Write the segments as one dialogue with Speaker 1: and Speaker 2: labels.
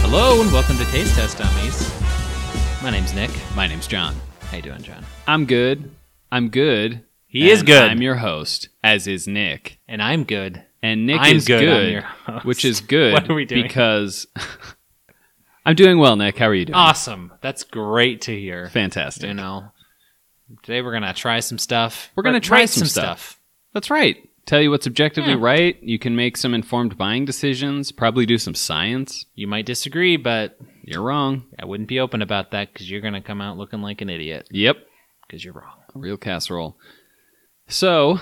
Speaker 1: Hello and welcome to Taste Test Dummies. My name's Nick.
Speaker 2: My name's John.
Speaker 1: How you doing, John?
Speaker 2: I'm good. I'm good.
Speaker 1: He is
Speaker 2: And
Speaker 1: good.
Speaker 2: I'm your host, as is Nick.
Speaker 1: And I'm good.
Speaker 2: And Nick
Speaker 1: I'm
Speaker 2: is
Speaker 1: good,
Speaker 2: good,
Speaker 1: I'm your host.
Speaker 2: which is good.
Speaker 1: What are we doing?
Speaker 2: Because I'm doing well, Nick. How are you doing?
Speaker 1: Awesome. That's great to hear.
Speaker 2: Fantastic.
Speaker 1: You know, today we're gonna try some stuff.
Speaker 2: We're gonna
Speaker 1: Or
Speaker 2: try
Speaker 1: write
Speaker 2: some That's right. Tell you what's objectively
Speaker 1: Yeah.
Speaker 2: right. You can make some informed buying decisions, probably do some science.
Speaker 1: You might disagree, but
Speaker 2: You're wrong.
Speaker 1: I wouldn't be open about that because you're gonna come out looking like an idiot
Speaker 2: Yep.
Speaker 1: because you're wrong.
Speaker 2: A real casserole. So,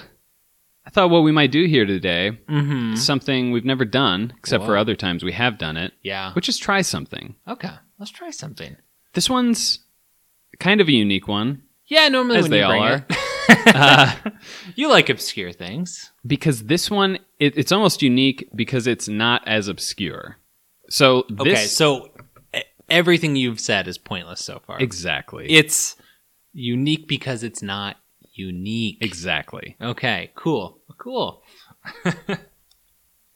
Speaker 2: I thought what we might do here today,
Speaker 1: Mm-hmm.
Speaker 2: something we've never done, except for
Speaker 1: Whoa.
Speaker 2: other times we have done it,
Speaker 1: Yeah.
Speaker 2: which is try something.
Speaker 1: Okay. Let's try something.
Speaker 2: This one's kind of a unique one,
Speaker 1: Yeah. Normally
Speaker 2: as
Speaker 1: when
Speaker 2: they
Speaker 1: you
Speaker 2: all
Speaker 1: bring
Speaker 2: are,
Speaker 1: it-
Speaker 2: uh,
Speaker 1: you like obscure things.
Speaker 2: because this one it, it's almost unique because it's not as obscure. So this
Speaker 1: Okay. So e- everything you've said is pointless so far.
Speaker 2: exactly,
Speaker 1: it's unique because it's not unique.
Speaker 2: exactly.
Speaker 1: Okay, cool, cool.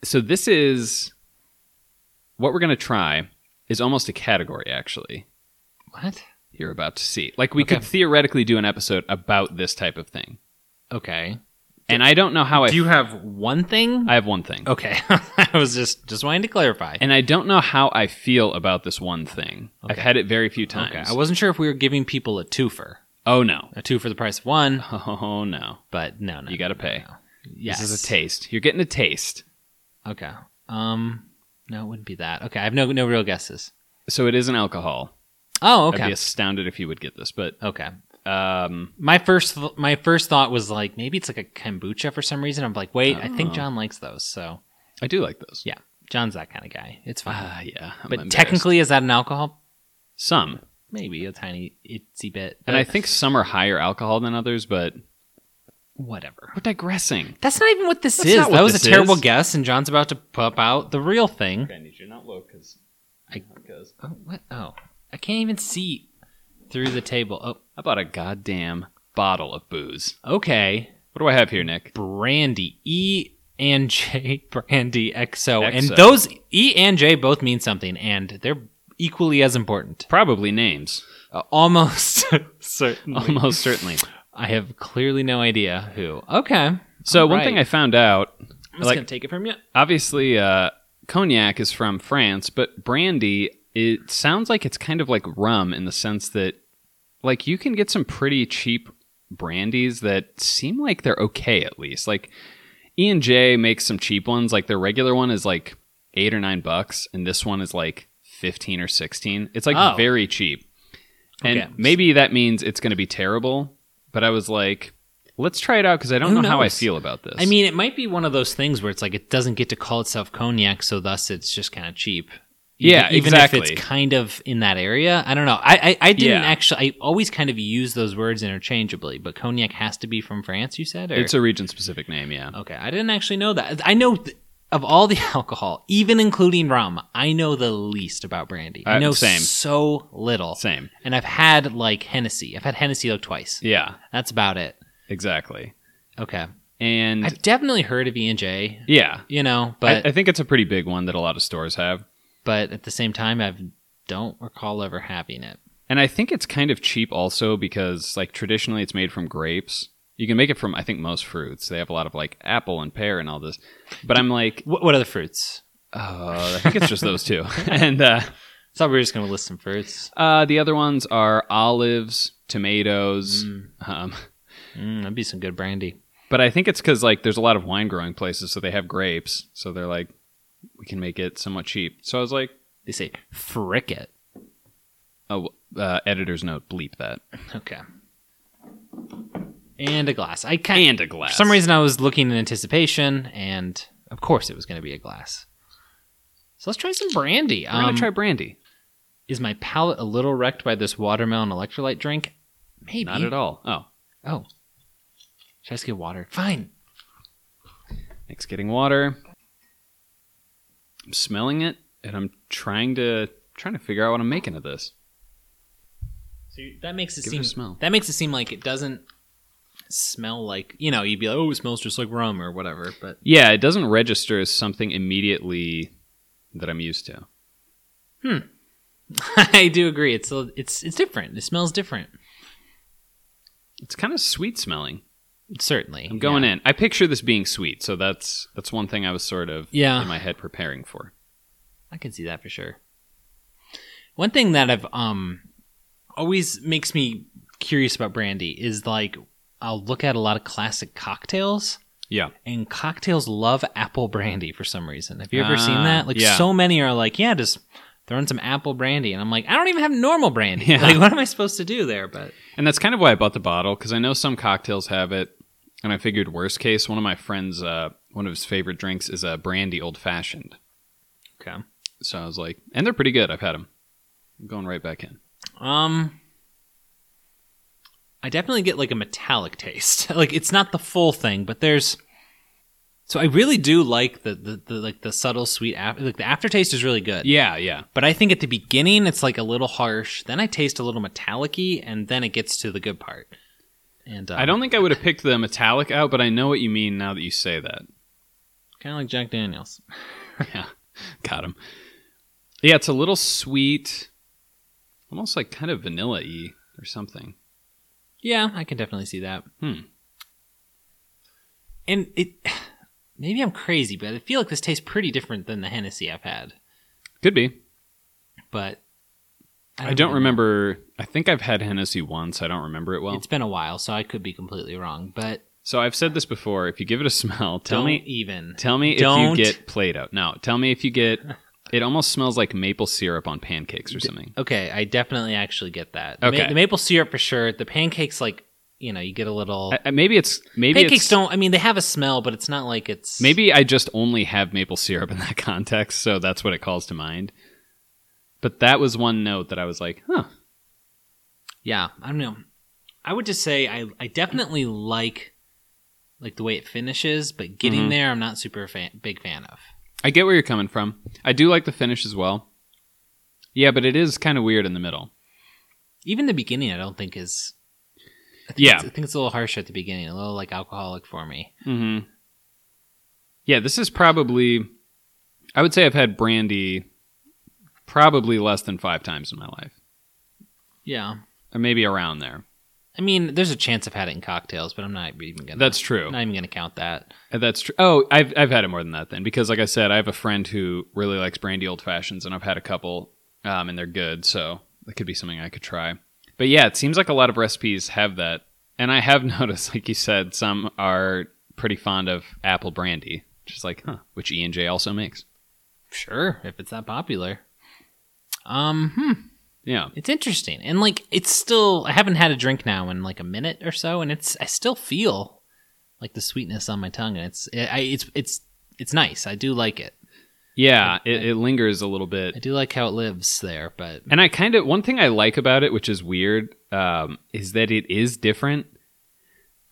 Speaker 2: So this is what we're gonna try is almost a category actually.
Speaker 1: What?
Speaker 2: You're about to see. Like we
Speaker 1: Okay.
Speaker 2: could theoretically do an episode about this type of thing,
Speaker 1: Okay.
Speaker 2: and I don't know how I.
Speaker 1: Do you have one thing?
Speaker 2: I have one thing,
Speaker 1: okay, I was just just wanting to clarify.
Speaker 2: and I don't know how I feel about this one thing. I've
Speaker 1: Okay.
Speaker 2: had it very few times.
Speaker 1: okay, I wasn't sure if we were giving people a two for
Speaker 2: oh no!
Speaker 1: a two for the price of one,
Speaker 2: Oh no!
Speaker 1: but no, no,
Speaker 2: You gotta
Speaker 1: no,
Speaker 2: pay.
Speaker 1: no. Yes,
Speaker 2: This is a taste. You're getting a taste.
Speaker 1: Okay. Um, no, it wouldn't be that. Okay, I have no no real guesses.
Speaker 2: So it is an alcohol.
Speaker 1: Oh,
Speaker 2: I'd be
Speaker 1: okay,
Speaker 2: astounded if you would get this, but
Speaker 1: okay.
Speaker 2: um,
Speaker 1: My first th- my first thought was like maybe it's like a kombucha for some reason. I'm like, wait, I think
Speaker 2: Oh.
Speaker 1: John likes those, so
Speaker 2: I do like those.
Speaker 1: Yeah, John's that kind of guy. It's fine.
Speaker 2: Ah, yeah. I'm
Speaker 1: but
Speaker 2: embarrassed.
Speaker 1: technically, is that an alcohol?
Speaker 2: some,
Speaker 1: Maybe a tiny itsy bit.
Speaker 2: and I
Speaker 1: but
Speaker 2: think some are higher alcohol than others. But
Speaker 1: whatever.
Speaker 2: we're digressing.
Speaker 1: That's not even what this
Speaker 2: That's
Speaker 1: is.
Speaker 2: not what
Speaker 1: that was
Speaker 2: this
Speaker 1: a terrible
Speaker 2: is.
Speaker 1: guess, and John's about to pop out the real thing.
Speaker 2: I need you not low because
Speaker 1: I-
Speaker 2: because
Speaker 1: Oh, what? Oh, I can't even see through the table. Oh,
Speaker 2: I bought a goddamn bottle of booze.
Speaker 1: okay.
Speaker 2: What do I have here, Nick?
Speaker 1: Brandy E and J Brandy XO, and
Speaker 2: XO.
Speaker 1: those E and J both mean something, and they're equally as important.
Speaker 2: Probably names.
Speaker 1: Uh, almost certainly.
Speaker 2: Almost certainly.
Speaker 1: I have clearly no idea who. Okay.
Speaker 2: So
Speaker 1: All
Speaker 2: one
Speaker 1: right.
Speaker 2: thing I found out,
Speaker 1: I'm just
Speaker 2: like-
Speaker 1: gonna take it from you.
Speaker 2: obviously, uh, cognac is from France, but brandy. It sounds like it's kind of like rum in the sense that, like, you can get some pretty cheap brandies that seem like they're okay at least. Like, E and J makes some cheap ones. Like their regular one is like eight or nine bucks, and this one is like fifteen or sixteen. It's like
Speaker 1: Oh.
Speaker 2: very cheap. And
Speaker 1: Okay.
Speaker 2: maybe that means it's going to be terrible. But I was like, let's try it out because I don't
Speaker 1: Who
Speaker 2: know how I
Speaker 1: knows?
Speaker 2: feel about this.
Speaker 1: I mean, it might be one of those things where it's like it doesn't get to call itself cognac, so thus it's just kind of cheap. Even-
Speaker 2: Yeah,
Speaker 1: even if
Speaker 2: exactly.
Speaker 1: it's kind of in that area. I don't know. I I, I didn't
Speaker 2: Yeah.
Speaker 1: actually. I always kind of use those words interchangeably, but cognac has to be from France. You said, or
Speaker 2: It's a region specific name, yeah.
Speaker 1: okay. I didn't actually know that. I know. Th- of all the alcohol, even including rum, I know the least about brandy. I
Speaker 2: Uh,
Speaker 1: know
Speaker 2: same.
Speaker 1: so little.
Speaker 2: Same.
Speaker 1: And I've had like Hennessy. I've had Hennessy like twice.
Speaker 2: Yeah,
Speaker 1: That's about it.
Speaker 2: exactly.
Speaker 1: Okay.
Speaker 2: And
Speaker 1: I've definitely heard of E and J,
Speaker 2: yeah,
Speaker 1: you know, but
Speaker 2: I, I think it's a pretty big one that a lot of stores have.
Speaker 1: but at the same time, I don't recall ever having it.
Speaker 2: And I think it's kind of cheap also because, like, traditionally it's made from grapes. You can make it from, I think, most fruits. They have a lot of, like, apple and pear and all this. But I'm like,
Speaker 1: What, what are the fruits?
Speaker 2: oh, I think it's just those two. And uh,
Speaker 1: So we're just going to list some fruits.
Speaker 2: uh, the other ones are olives, tomatoes. Um,
Speaker 1: Mm, that'd be some good brandy.
Speaker 2: but I think it's because, like, there's a lot of wine growing places, so they have grapes. So they're like, we can make it somewhat cheap. So I was like,
Speaker 1: They say frick it.
Speaker 2: oh, uh, editor's note, bleep that.
Speaker 1: Okay. And a glass. I kind
Speaker 2: And a glass.
Speaker 1: for some reason I was looking in anticipation, and of course it was going to be a glass. So let's try some brandy.
Speaker 2: We're going
Speaker 1: Um,
Speaker 2: to try brandy.
Speaker 1: is my palate a little wrecked by this watermelon electrolyte drink? Maybe.
Speaker 2: Not at all. Oh,
Speaker 1: Oh. Should I just get water? Fine.
Speaker 2: Nick's getting water. I'm smelling it, and I'm trying to trying to figure out what I'm making of this.
Speaker 1: So you- that makes it
Speaker 2: Give it
Speaker 1: seem
Speaker 2: a smell.
Speaker 1: that makes it seem like it doesn't smell like you know you'd be like oh it smells just like rum or whatever but
Speaker 2: Yeah, it doesn't register as something immediately that I'm used to.
Speaker 1: I do agree. It's a, it's it's different. It smells different.
Speaker 2: It's kind of sweet smelling.
Speaker 1: Certainly.
Speaker 2: I'm going in. I picture this being sweet, so that's that's one thing I was sort of
Speaker 1: Yeah.
Speaker 2: in my head preparing for.
Speaker 1: I can see that for sure. One thing that I've um always makes me curious about brandy is like I'll look at a lot of classic cocktails
Speaker 2: Yeah.
Speaker 1: and cocktails love apple brandy for some reason. Have you ever seen
Speaker 2: Ah,
Speaker 1: that? Like
Speaker 2: yeah.
Speaker 1: so many are like, yeah, just throw in some apple brandy and I'm like, I don't even have normal brandy.
Speaker 2: Yeah.
Speaker 1: Like what am I supposed to do there? But
Speaker 2: And that's kind of why I bought the bottle because I know some cocktails have it, and I figured worst case, one of my friends, uh, one of his favorite drinks is a brandy old fashioned.
Speaker 1: okay.
Speaker 2: So I was like, and they're pretty good. I've had them. I'm going right back in.
Speaker 1: Um, I definitely get like a metallic taste. like it's not the full thing, but there's. So I really do like the the, the like the subtle sweet after like the aftertaste is really good.
Speaker 2: Yeah, yeah,
Speaker 1: But I think at the beginning it's like a little harsh. Then I taste a little metallic-y, and then it gets to the good part. And um,
Speaker 2: I don't think I would have picked the metallic out, but I know what you mean now that you say that.
Speaker 1: kind of like Jack Daniels.
Speaker 2: yeah, got him. Yeah, it's a little sweet, almost like kind of vanilla y or something.
Speaker 1: Yeah, I can definitely see that.
Speaker 2: Hmm.
Speaker 1: And it maybe I'm crazy, but I feel like this tastes pretty different than the Hennessy I've had.
Speaker 2: Could be.
Speaker 1: But
Speaker 2: I don't
Speaker 1: know.
Speaker 2: remember. I think I've had Hennessy once. I don't remember it well.
Speaker 1: it's been a while, so I could be completely wrong. But
Speaker 2: So I've said this before. If you give it a smell, tell
Speaker 1: don't
Speaker 2: me.
Speaker 1: even.
Speaker 2: Tell me
Speaker 1: Don't.
Speaker 2: if you get Play-Doh. No, tell me if you get. It almost smells like maple syrup on pancakes or something.
Speaker 1: Okay, I definitely actually get that. The
Speaker 2: Okay.
Speaker 1: the maple syrup for sure. The pancakes, like you know, you get a little.
Speaker 2: I- I- maybe it's Uh, maybe
Speaker 1: pancakes
Speaker 2: it's,
Speaker 1: don't. I mean, they have a smell, but it's not like it's
Speaker 2: Maybe I just only have maple syrup in that context, so that's what it calls to mind. But that was one note that I was like, huh,
Speaker 1: Yeah, I don't know. I would just say I I definitely like like the way it finishes, but getting
Speaker 2: Mhm.
Speaker 1: there, I'm not super fan, big fan of.
Speaker 2: I get where you're coming from. I do like the finish as well. Yeah, but it is kind of weird in the middle.
Speaker 1: Even the beginning, I don't think is. I think
Speaker 2: Yeah.
Speaker 1: it's- I think it's a little harsh at the beginning, a little like alcoholic for me.
Speaker 2: Mm-hmm. Yeah, this is probably. I would say I've had brandy probably less than five times in my life,
Speaker 1: Yeah,
Speaker 2: or maybe around there.
Speaker 1: I mean, there's a chance I've had it in cocktails, but I'm not even gonna.
Speaker 2: That's true.
Speaker 1: Not even gonna count that.
Speaker 2: That's true. Oh, I've I've had it more than that then, because like I said, I have a friend who really likes brandy old fashions, and I've had a couple, um, and they're good. So that could be something I could try. But yeah, it seems like a lot of recipes have that, and I have noticed, like you said, some are pretty fond of apple brandy, just like huh, which E and J also makes.
Speaker 1: Sure, if it's that popular. Um, hmm,
Speaker 2: Yeah,
Speaker 1: it's interesting, and like it's still. I haven't had a drink now in like a minute or so, and it's. I still feel like the sweetness on my tongue, and it's. It, I, it's. It's. It's nice. I do like it.
Speaker 2: yeah, it, it lingers a little bit.
Speaker 1: I do like how it lives there, but
Speaker 2: And I kind of one thing I like about it, which is weird, um, is that it is different.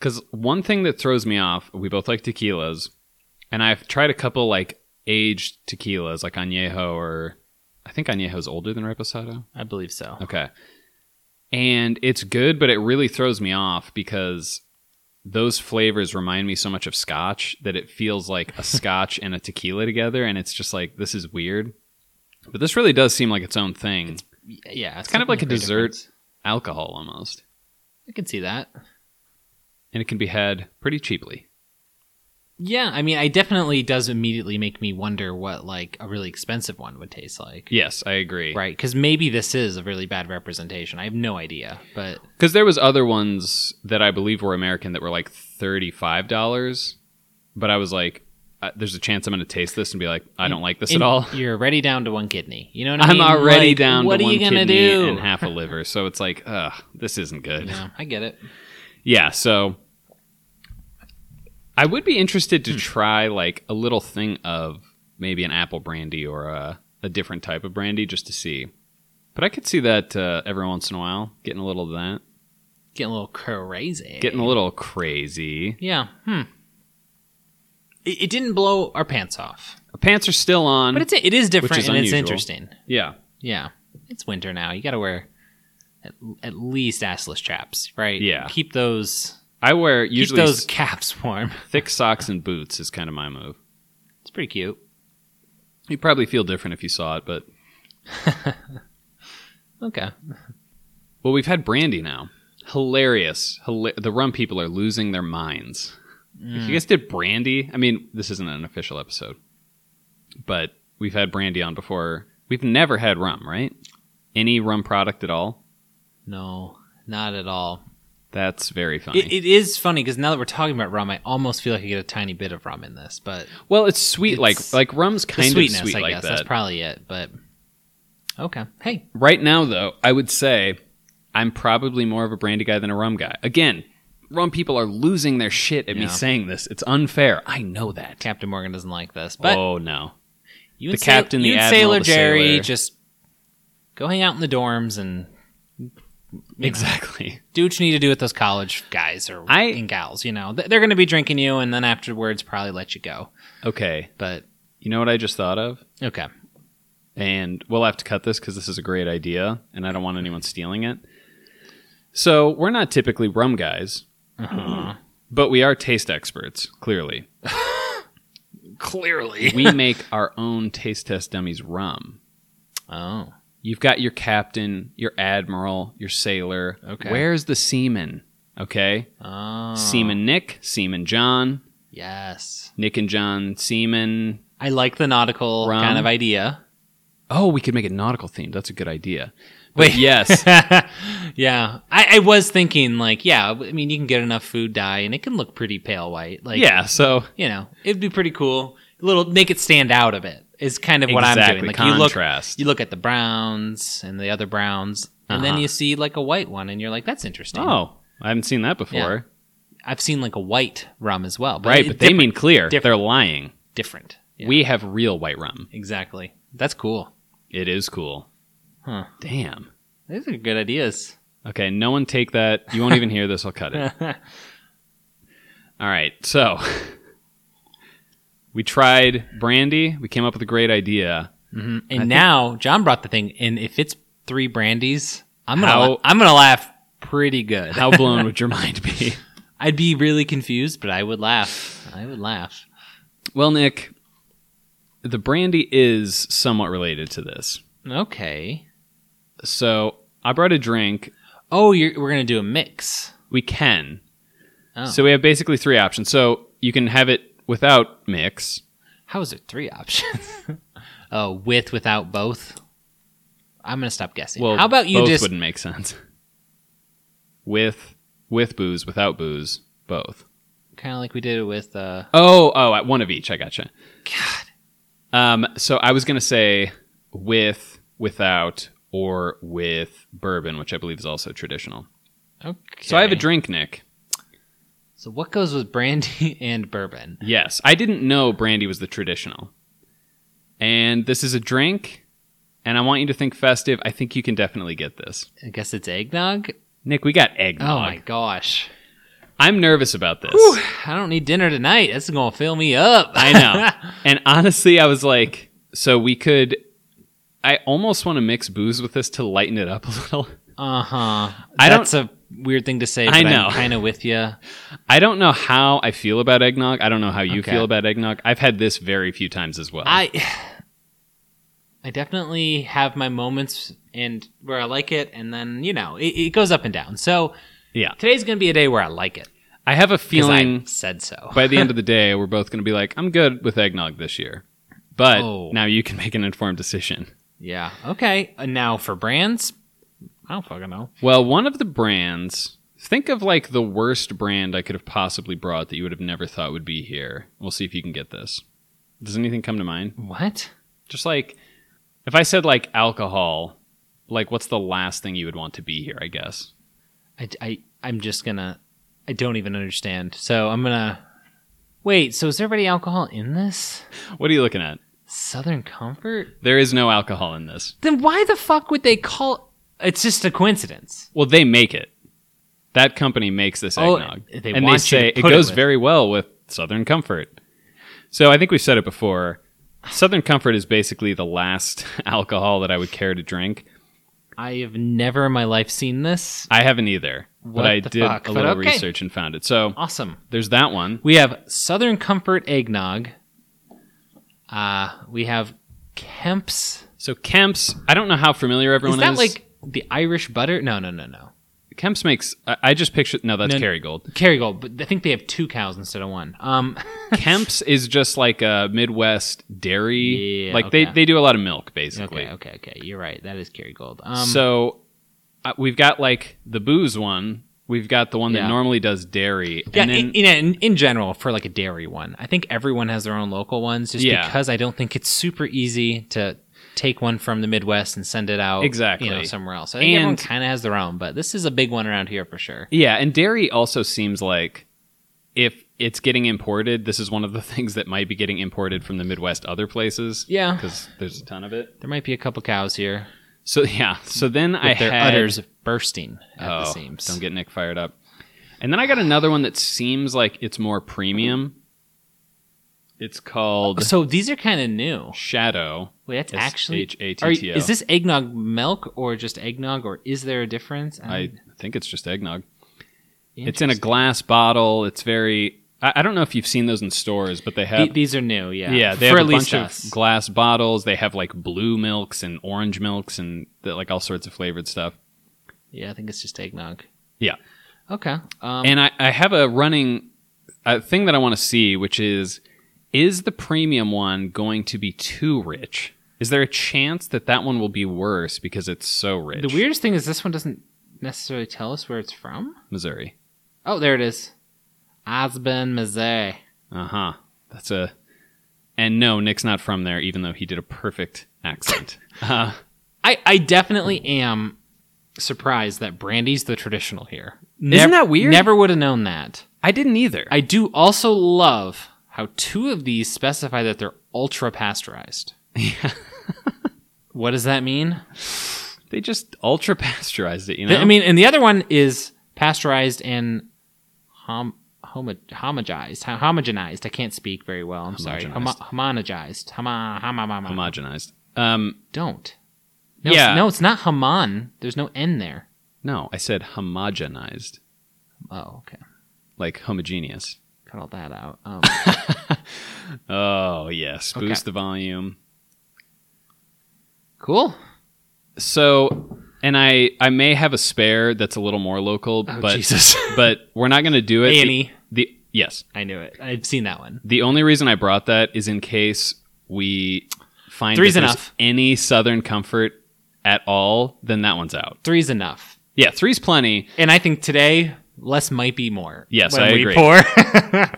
Speaker 2: Because one thing that throws me off, we both like tequilas, and I've tried a couple like aged tequilas, like añejo or I think añejo's older than reposado.
Speaker 1: I believe so.
Speaker 2: Okay, and it's good, but it really throws me off because those flavors remind me so much of scotch that it feels like a scotch and a tequila together, and it's just like this is weird. But this really does seem like its own thing
Speaker 1: Yeah, it's
Speaker 2: kind of like a
Speaker 1: definitely
Speaker 2: dessert
Speaker 1: different.
Speaker 2: alcohol almost,
Speaker 1: I can see that.
Speaker 2: and it can be had pretty cheaply.
Speaker 1: Yeah, I mean, I definitely does immediately make me wonder what like a really expensive one would taste like.
Speaker 2: Yes, I agree.
Speaker 1: Right, because maybe this is a really bad representation. I have no idea, but
Speaker 2: Because there was other ones that I believe were American that were like thirty five dollars, but I was like, uh, "There's a chance I'm going to taste this and be like, I don't like this at
Speaker 1: And
Speaker 2: all."
Speaker 1: You're already down to one kidney. You know what I
Speaker 2: I'm
Speaker 1: mean?
Speaker 2: already
Speaker 1: Like,
Speaker 2: down
Speaker 1: What are
Speaker 2: to one
Speaker 1: you gonna
Speaker 2: kidney
Speaker 1: do?
Speaker 2: and half a liver, so it's like, ugh, this isn't good.
Speaker 1: Yeah, I get it.
Speaker 2: Yeah, so I would be interested
Speaker 1: Hmm.
Speaker 2: to try like a little thing of maybe an apple brandy or a, a different type of brandy just to see. But I could see that uh, every once in a while getting a little of that,
Speaker 1: Getting a little crazy.
Speaker 2: getting a little crazy.
Speaker 1: yeah. Hmm. It, it didn't blow our pants off,
Speaker 2: Pants are still on,
Speaker 1: but it's it is different
Speaker 2: Which is
Speaker 1: and it's
Speaker 2: unusual.
Speaker 1: interesting.
Speaker 2: yeah,
Speaker 1: Yeah, it's winter now. You got to wear at, at least assless chaps, right?
Speaker 2: Yeah.
Speaker 1: Keep those
Speaker 2: I wear
Speaker 1: keep
Speaker 2: usually
Speaker 1: those
Speaker 2: s-
Speaker 1: caps warm.
Speaker 2: thick socks and boots is kind of my move.
Speaker 1: It's pretty cute.
Speaker 2: You'd probably feel different if you saw it, but
Speaker 1: Okay.
Speaker 2: Well, we've had brandy now. Hilarious. Hila- the rum people are losing their minds.
Speaker 1: Mm.
Speaker 2: If you guys did brandy, I mean, this isn't an official episode, but we've had brandy on before. We've never had rum, right? Any rum product at all?
Speaker 1: No, not at all.
Speaker 2: That's very funny.
Speaker 1: It, it is funny because now that we're talking about rum, I almost feel like I get a tiny bit of rum in this, but
Speaker 2: well, it's sweet like
Speaker 1: it's-
Speaker 2: like rum's
Speaker 1: the
Speaker 2: kind of
Speaker 1: sweetness,
Speaker 2: sweet
Speaker 1: I
Speaker 2: like
Speaker 1: guess,
Speaker 2: that.
Speaker 1: that's probably it. But okay, hey,
Speaker 2: Right now, though, I would say I'm probably more of a brandy guy than a rum guy. Again, rum people are losing their shit at me
Speaker 1: Yeah.
Speaker 2: saying this. It's unfair. I know that.
Speaker 1: Captain Morgan doesn't like this, but
Speaker 2: oh no.
Speaker 1: you
Speaker 2: the
Speaker 1: and Sail-
Speaker 2: captain, the
Speaker 1: you and
Speaker 2: admiral,
Speaker 1: Sailor
Speaker 2: the
Speaker 1: Jerry,
Speaker 2: sailor.
Speaker 1: just go hang out in the dorms and
Speaker 2: Exactly.
Speaker 1: do what you need to do with those college guys or
Speaker 2: I-
Speaker 1: and gals. You know, Th- they're going to be drinking you, and then afterwards probably let you go.
Speaker 2: Okay.
Speaker 1: But
Speaker 2: You know what I just thought of?
Speaker 1: okay,
Speaker 2: And we'll have to cut this because this is a great idea and I don't want anyone stealing it. So, we're not typically rum guys,
Speaker 1: Uh-huh.
Speaker 2: but we are taste experts, clearly.
Speaker 1: clearly,
Speaker 2: we make our own taste test dummies rum.
Speaker 1: oh,
Speaker 2: You've got your captain, your admiral, your sailor.
Speaker 1: Okay.
Speaker 2: Where's the seaman? Okay.
Speaker 1: oh,
Speaker 2: Seaman Nick, Seaman John,
Speaker 1: yes,
Speaker 2: Nick and John, Seaman.
Speaker 1: I like the nautical
Speaker 2: Rum.
Speaker 1: kind of idea.
Speaker 2: Oh, we could make it nautical themed. That's a good idea.
Speaker 1: Wait.
Speaker 2: But yes.
Speaker 1: yeah, I, I was thinking like, yeah, I mean, you can get enough food dye, and it can look pretty pale white. Like,
Speaker 2: yeah. So
Speaker 1: you know, it'd be pretty cool. A little make it stand out a bit is kind of what I'm doing.
Speaker 2: Exactly,
Speaker 1: Like
Speaker 2: contrast.
Speaker 1: you look, you look at the browns and the other browns, and then
Speaker 2: Uh-huh.
Speaker 1: you see like a white one, and you're like, that's interesting.
Speaker 2: oh, I haven't seen that before.
Speaker 1: I've seen like a white rum as well.
Speaker 2: right,
Speaker 1: it-
Speaker 2: but they mean clear.
Speaker 1: different.
Speaker 2: They're lying.
Speaker 1: different. Yeah,
Speaker 2: We have real white rum.
Speaker 1: exactly. That's cool.
Speaker 2: It is cool.
Speaker 1: Huh.
Speaker 2: Damn.
Speaker 1: These are good ideas.
Speaker 2: Okay, no one take that. You won't even hear this. I'll cut it. All right, so we tried brandy. We came up with a great idea.
Speaker 1: Mhm. And
Speaker 2: think-
Speaker 1: now John brought the thing, and if it's three brandies, I'm gonna
Speaker 2: How-
Speaker 1: la- I'm gonna laugh pretty good.
Speaker 2: How blown would your mind be?
Speaker 1: I'd be really confused, but I would laugh. I would laugh.
Speaker 2: Well, Nick, the brandy is somewhat related to this.
Speaker 1: Okay.
Speaker 2: So I brought a drink.
Speaker 1: Oh, you're, we're gonna do a mix.
Speaker 2: We can.
Speaker 1: Oh.
Speaker 2: So we have basically three options. So you can have it without mix.
Speaker 1: How is there three options? oh, with, without, both. I'm gonna stop guessing.
Speaker 2: Well,
Speaker 1: How about you
Speaker 2: both
Speaker 1: just
Speaker 2: wouldn't make sense. With with booze, without booze, both.
Speaker 1: kind of like we did it with? Uh,
Speaker 2: Oh, oh, one of each. I gotcha.
Speaker 1: God,
Speaker 2: Um, so I was gonna say with, without, or with bourbon, which I believe is also traditional.
Speaker 1: okay.
Speaker 2: So I have a drink, Nick.
Speaker 1: So what goes with brandy and bourbon?
Speaker 2: Yes, I didn't know brandy was the traditional, and this is a drink, and I want you to think festive. I think you can definitely get this,
Speaker 1: I guess it's eggnog.
Speaker 2: Nick. We got
Speaker 1: Oh my
Speaker 2: eggnog.
Speaker 1: gosh.
Speaker 2: I'm nervous about this.
Speaker 1: Whew, I don't need dinner tonight. This is gonna fill me up.
Speaker 2: I know. and honestly, I was like, so we could. I almost want to mix booze with this to lighten it up a little.
Speaker 1: uh huh.
Speaker 2: I don't-
Speaker 1: That's a weird thing to say. But
Speaker 2: I know.
Speaker 1: I'm kind of with you.
Speaker 2: I don't know how I feel about eggnog. I don't know how you
Speaker 1: Okay.
Speaker 2: feel about eggnog. I've had this very few times as well.
Speaker 1: I I definitely have my moments and where I like it, and then you know it, it goes up and down. So
Speaker 2: yeah.
Speaker 1: today's gonna be a day where I like it
Speaker 2: I have a
Speaker 1: because
Speaker 2: feeling
Speaker 1: I said so.
Speaker 2: by the end of the day we're both going to be like, I'm good with eggnog this year. But
Speaker 1: Oh.
Speaker 2: now you can make an informed decision.
Speaker 1: yeah. Okay. And now for brands, I don't fucking know.
Speaker 2: Well, one of the brands, think of like the worst brand I could have possibly brought that you would have never thought would be here. We'll see if you can get this. Does anything come to mind?
Speaker 1: What?
Speaker 2: Just like if I said like alcohol, like what's the last thing you would want to be here, I guess?
Speaker 1: I I I'm just gonna. I don't even understand. So I'm gonna. Wait. So is there already alcohol in this?
Speaker 2: What are you looking at?
Speaker 1: Southern Comfort?
Speaker 2: There is no alcohol in this.
Speaker 1: Then why the fuck would they call? It's just a coincidence.
Speaker 2: Well, they make it. That company makes this
Speaker 1: Oh,
Speaker 2: eggnog,
Speaker 1: they
Speaker 2: and
Speaker 1: want
Speaker 2: they
Speaker 1: you
Speaker 2: say
Speaker 1: to
Speaker 2: it
Speaker 1: put it
Speaker 2: goes
Speaker 1: with-
Speaker 2: very well with Southern Comfort. So I think we've said it before. Southern Comfort is basically the last alcohol that I would care to drink.
Speaker 1: I have never in my life seen this.
Speaker 2: I haven't either,
Speaker 1: What
Speaker 2: but I
Speaker 1: the
Speaker 2: did
Speaker 1: fuck?
Speaker 2: a
Speaker 1: But
Speaker 2: little
Speaker 1: okay.
Speaker 2: research and found it. So
Speaker 1: Awesome.
Speaker 2: there's that one.
Speaker 1: We have Southern Comfort eggnog. Uh, we have Kemp's
Speaker 2: So Kemp's, I don't know how familiar everyone
Speaker 1: Is that
Speaker 2: is.
Speaker 1: like the Irish butter? No, no, no, no.
Speaker 2: Kemp's makes? I, I just picture. No, that's
Speaker 1: No, no.
Speaker 2: Kerrygold.
Speaker 1: Kerrygold, but I think they have two cows instead of one. Um,
Speaker 2: Kemp's is just like a Midwest dairy.
Speaker 1: Yeah,
Speaker 2: like they
Speaker 1: okay.
Speaker 2: they do a lot of milk basically.
Speaker 1: okay, okay, okay. You're right. That is Kerrygold. Um,
Speaker 2: so uh, we've got like the booze one. We've got the one that
Speaker 1: Yeah.
Speaker 2: normally does dairy,
Speaker 1: yeah,
Speaker 2: and then
Speaker 1: in, in, in general, for like a dairy one, I think everyone has their own local ones just
Speaker 2: Yeah.
Speaker 1: because I don't think it's super easy to take one from the Midwest and send it out
Speaker 2: Exactly.
Speaker 1: you know, somewhere else. I think everyone
Speaker 2: And-
Speaker 1: kind of has their own, but this is a big one around here for sure.
Speaker 2: Yeah, and dairy also seems like if it's getting imported, this is one of the things that might be getting imported from the Midwest other places.
Speaker 1: Yeah.
Speaker 2: because there's a ton of it.
Speaker 1: There might be a couple cows here
Speaker 2: So yeah, so then I
Speaker 1: with their
Speaker 2: had
Speaker 1: udders bursting at
Speaker 2: oh,
Speaker 1: the seams.
Speaker 2: Don't get Nick fired up. And then I got another one that seems like it's more premium. It's called
Speaker 1: so these are kind of new.
Speaker 2: Shadow.
Speaker 1: Wait, that's
Speaker 2: S-
Speaker 1: actually
Speaker 2: H A T
Speaker 1: Are-
Speaker 2: T O.
Speaker 1: Is this eggnog milk or just eggnog, or is there a difference?
Speaker 2: I
Speaker 1: I'm-
Speaker 2: think it's just eggnog. It's in a
Speaker 1: interested.
Speaker 2: glass bottle. It's very. I, I don't know if you've seen those in stores, but they have.
Speaker 1: The- these are new, yeah.
Speaker 2: Yeah, they
Speaker 1: For
Speaker 2: have
Speaker 1: at
Speaker 2: a
Speaker 1: least
Speaker 2: bunch
Speaker 1: us.
Speaker 2: of glass bottles. They have like blue milks and orange milks and the, like all sorts of flavored stuff.
Speaker 1: yeah, I think it's just eggnog.
Speaker 2: Yeah.
Speaker 1: Okay. Um,
Speaker 2: And I, I have a running a thing that I want to see, which is is the premium one going to be too rich? Is there a chance that that one will be worse because it's so rich?
Speaker 1: the weirdest thing is this one doesn't necessarily tell us where it's from.
Speaker 2: Missouri.
Speaker 1: Oh, there it is. Osborne, Missouri.
Speaker 2: Uh huh. That's a. And no, Nick's not from there, even though he did a perfect accent. uh,
Speaker 1: I, I
Speaker 2: Hmm.
Speaker 1: definitely am surprised that brandy's the traditional here.
Speaker 2: Isn't that weird?
Speaker 1: Never would have known that.
Speaker 2: I didn't either.
Speaker 1: I do also love how two of these specify that they're ultra pasteurized. what does that mean?
Speaker 2: they just ultra pasteurized it, you know?
Speaker 1: Th- I mean, and the other one is pasteurized and hom- homo- homogenized. Ho- homogenized. I can't speak very well. I'm sorry. Homo- homogenized. Homa- hama- hama-
Speaker 2: homogenized. Um,
Speaker 1: Don't. No,
Speaker 2: Yeah.
Speaker 1: It's, no, it's not Haman. There's no N there.
Speaker 2: No, I said homogenized,
Speaker 1: Oh, okay.
Speaker 2: like homogeneous.
Speaker 1: Cut all that out. Um,
Speaker 2: Oh, yes.
Speaker 1: Okay.
Speaker 2: Boost the volume.
Speaker 1: cool.
Speaker 2: So, and I I may have a spare that's a little more local,
Speaker 1: Oh,
Speaker 2: but
Speaker 1: Jesus.
Speaker 2: but we're not going to do it.
Speaker 1: Annie.
Speaker 2: The, the yes.
Speaker 1: I knew it. I've seen that one.
Speaker 2: The only reason I brought that is in case we find
Speaker 1: Three's
Speaker 2: that there's
Speaker 1: enough.
Speaker 2: any southern comfort at all, then that one's out.
Speaker 1: Three's enough.
Speaker 2: Yeah, three's plenty.
Speaker 1: And I think today, less might be more.
Speaker 2: Yes,
Speaker 1: when
Speaker 2: I
Speaker 1: we
Speaker 2: agree.
Speaker 1: Pour.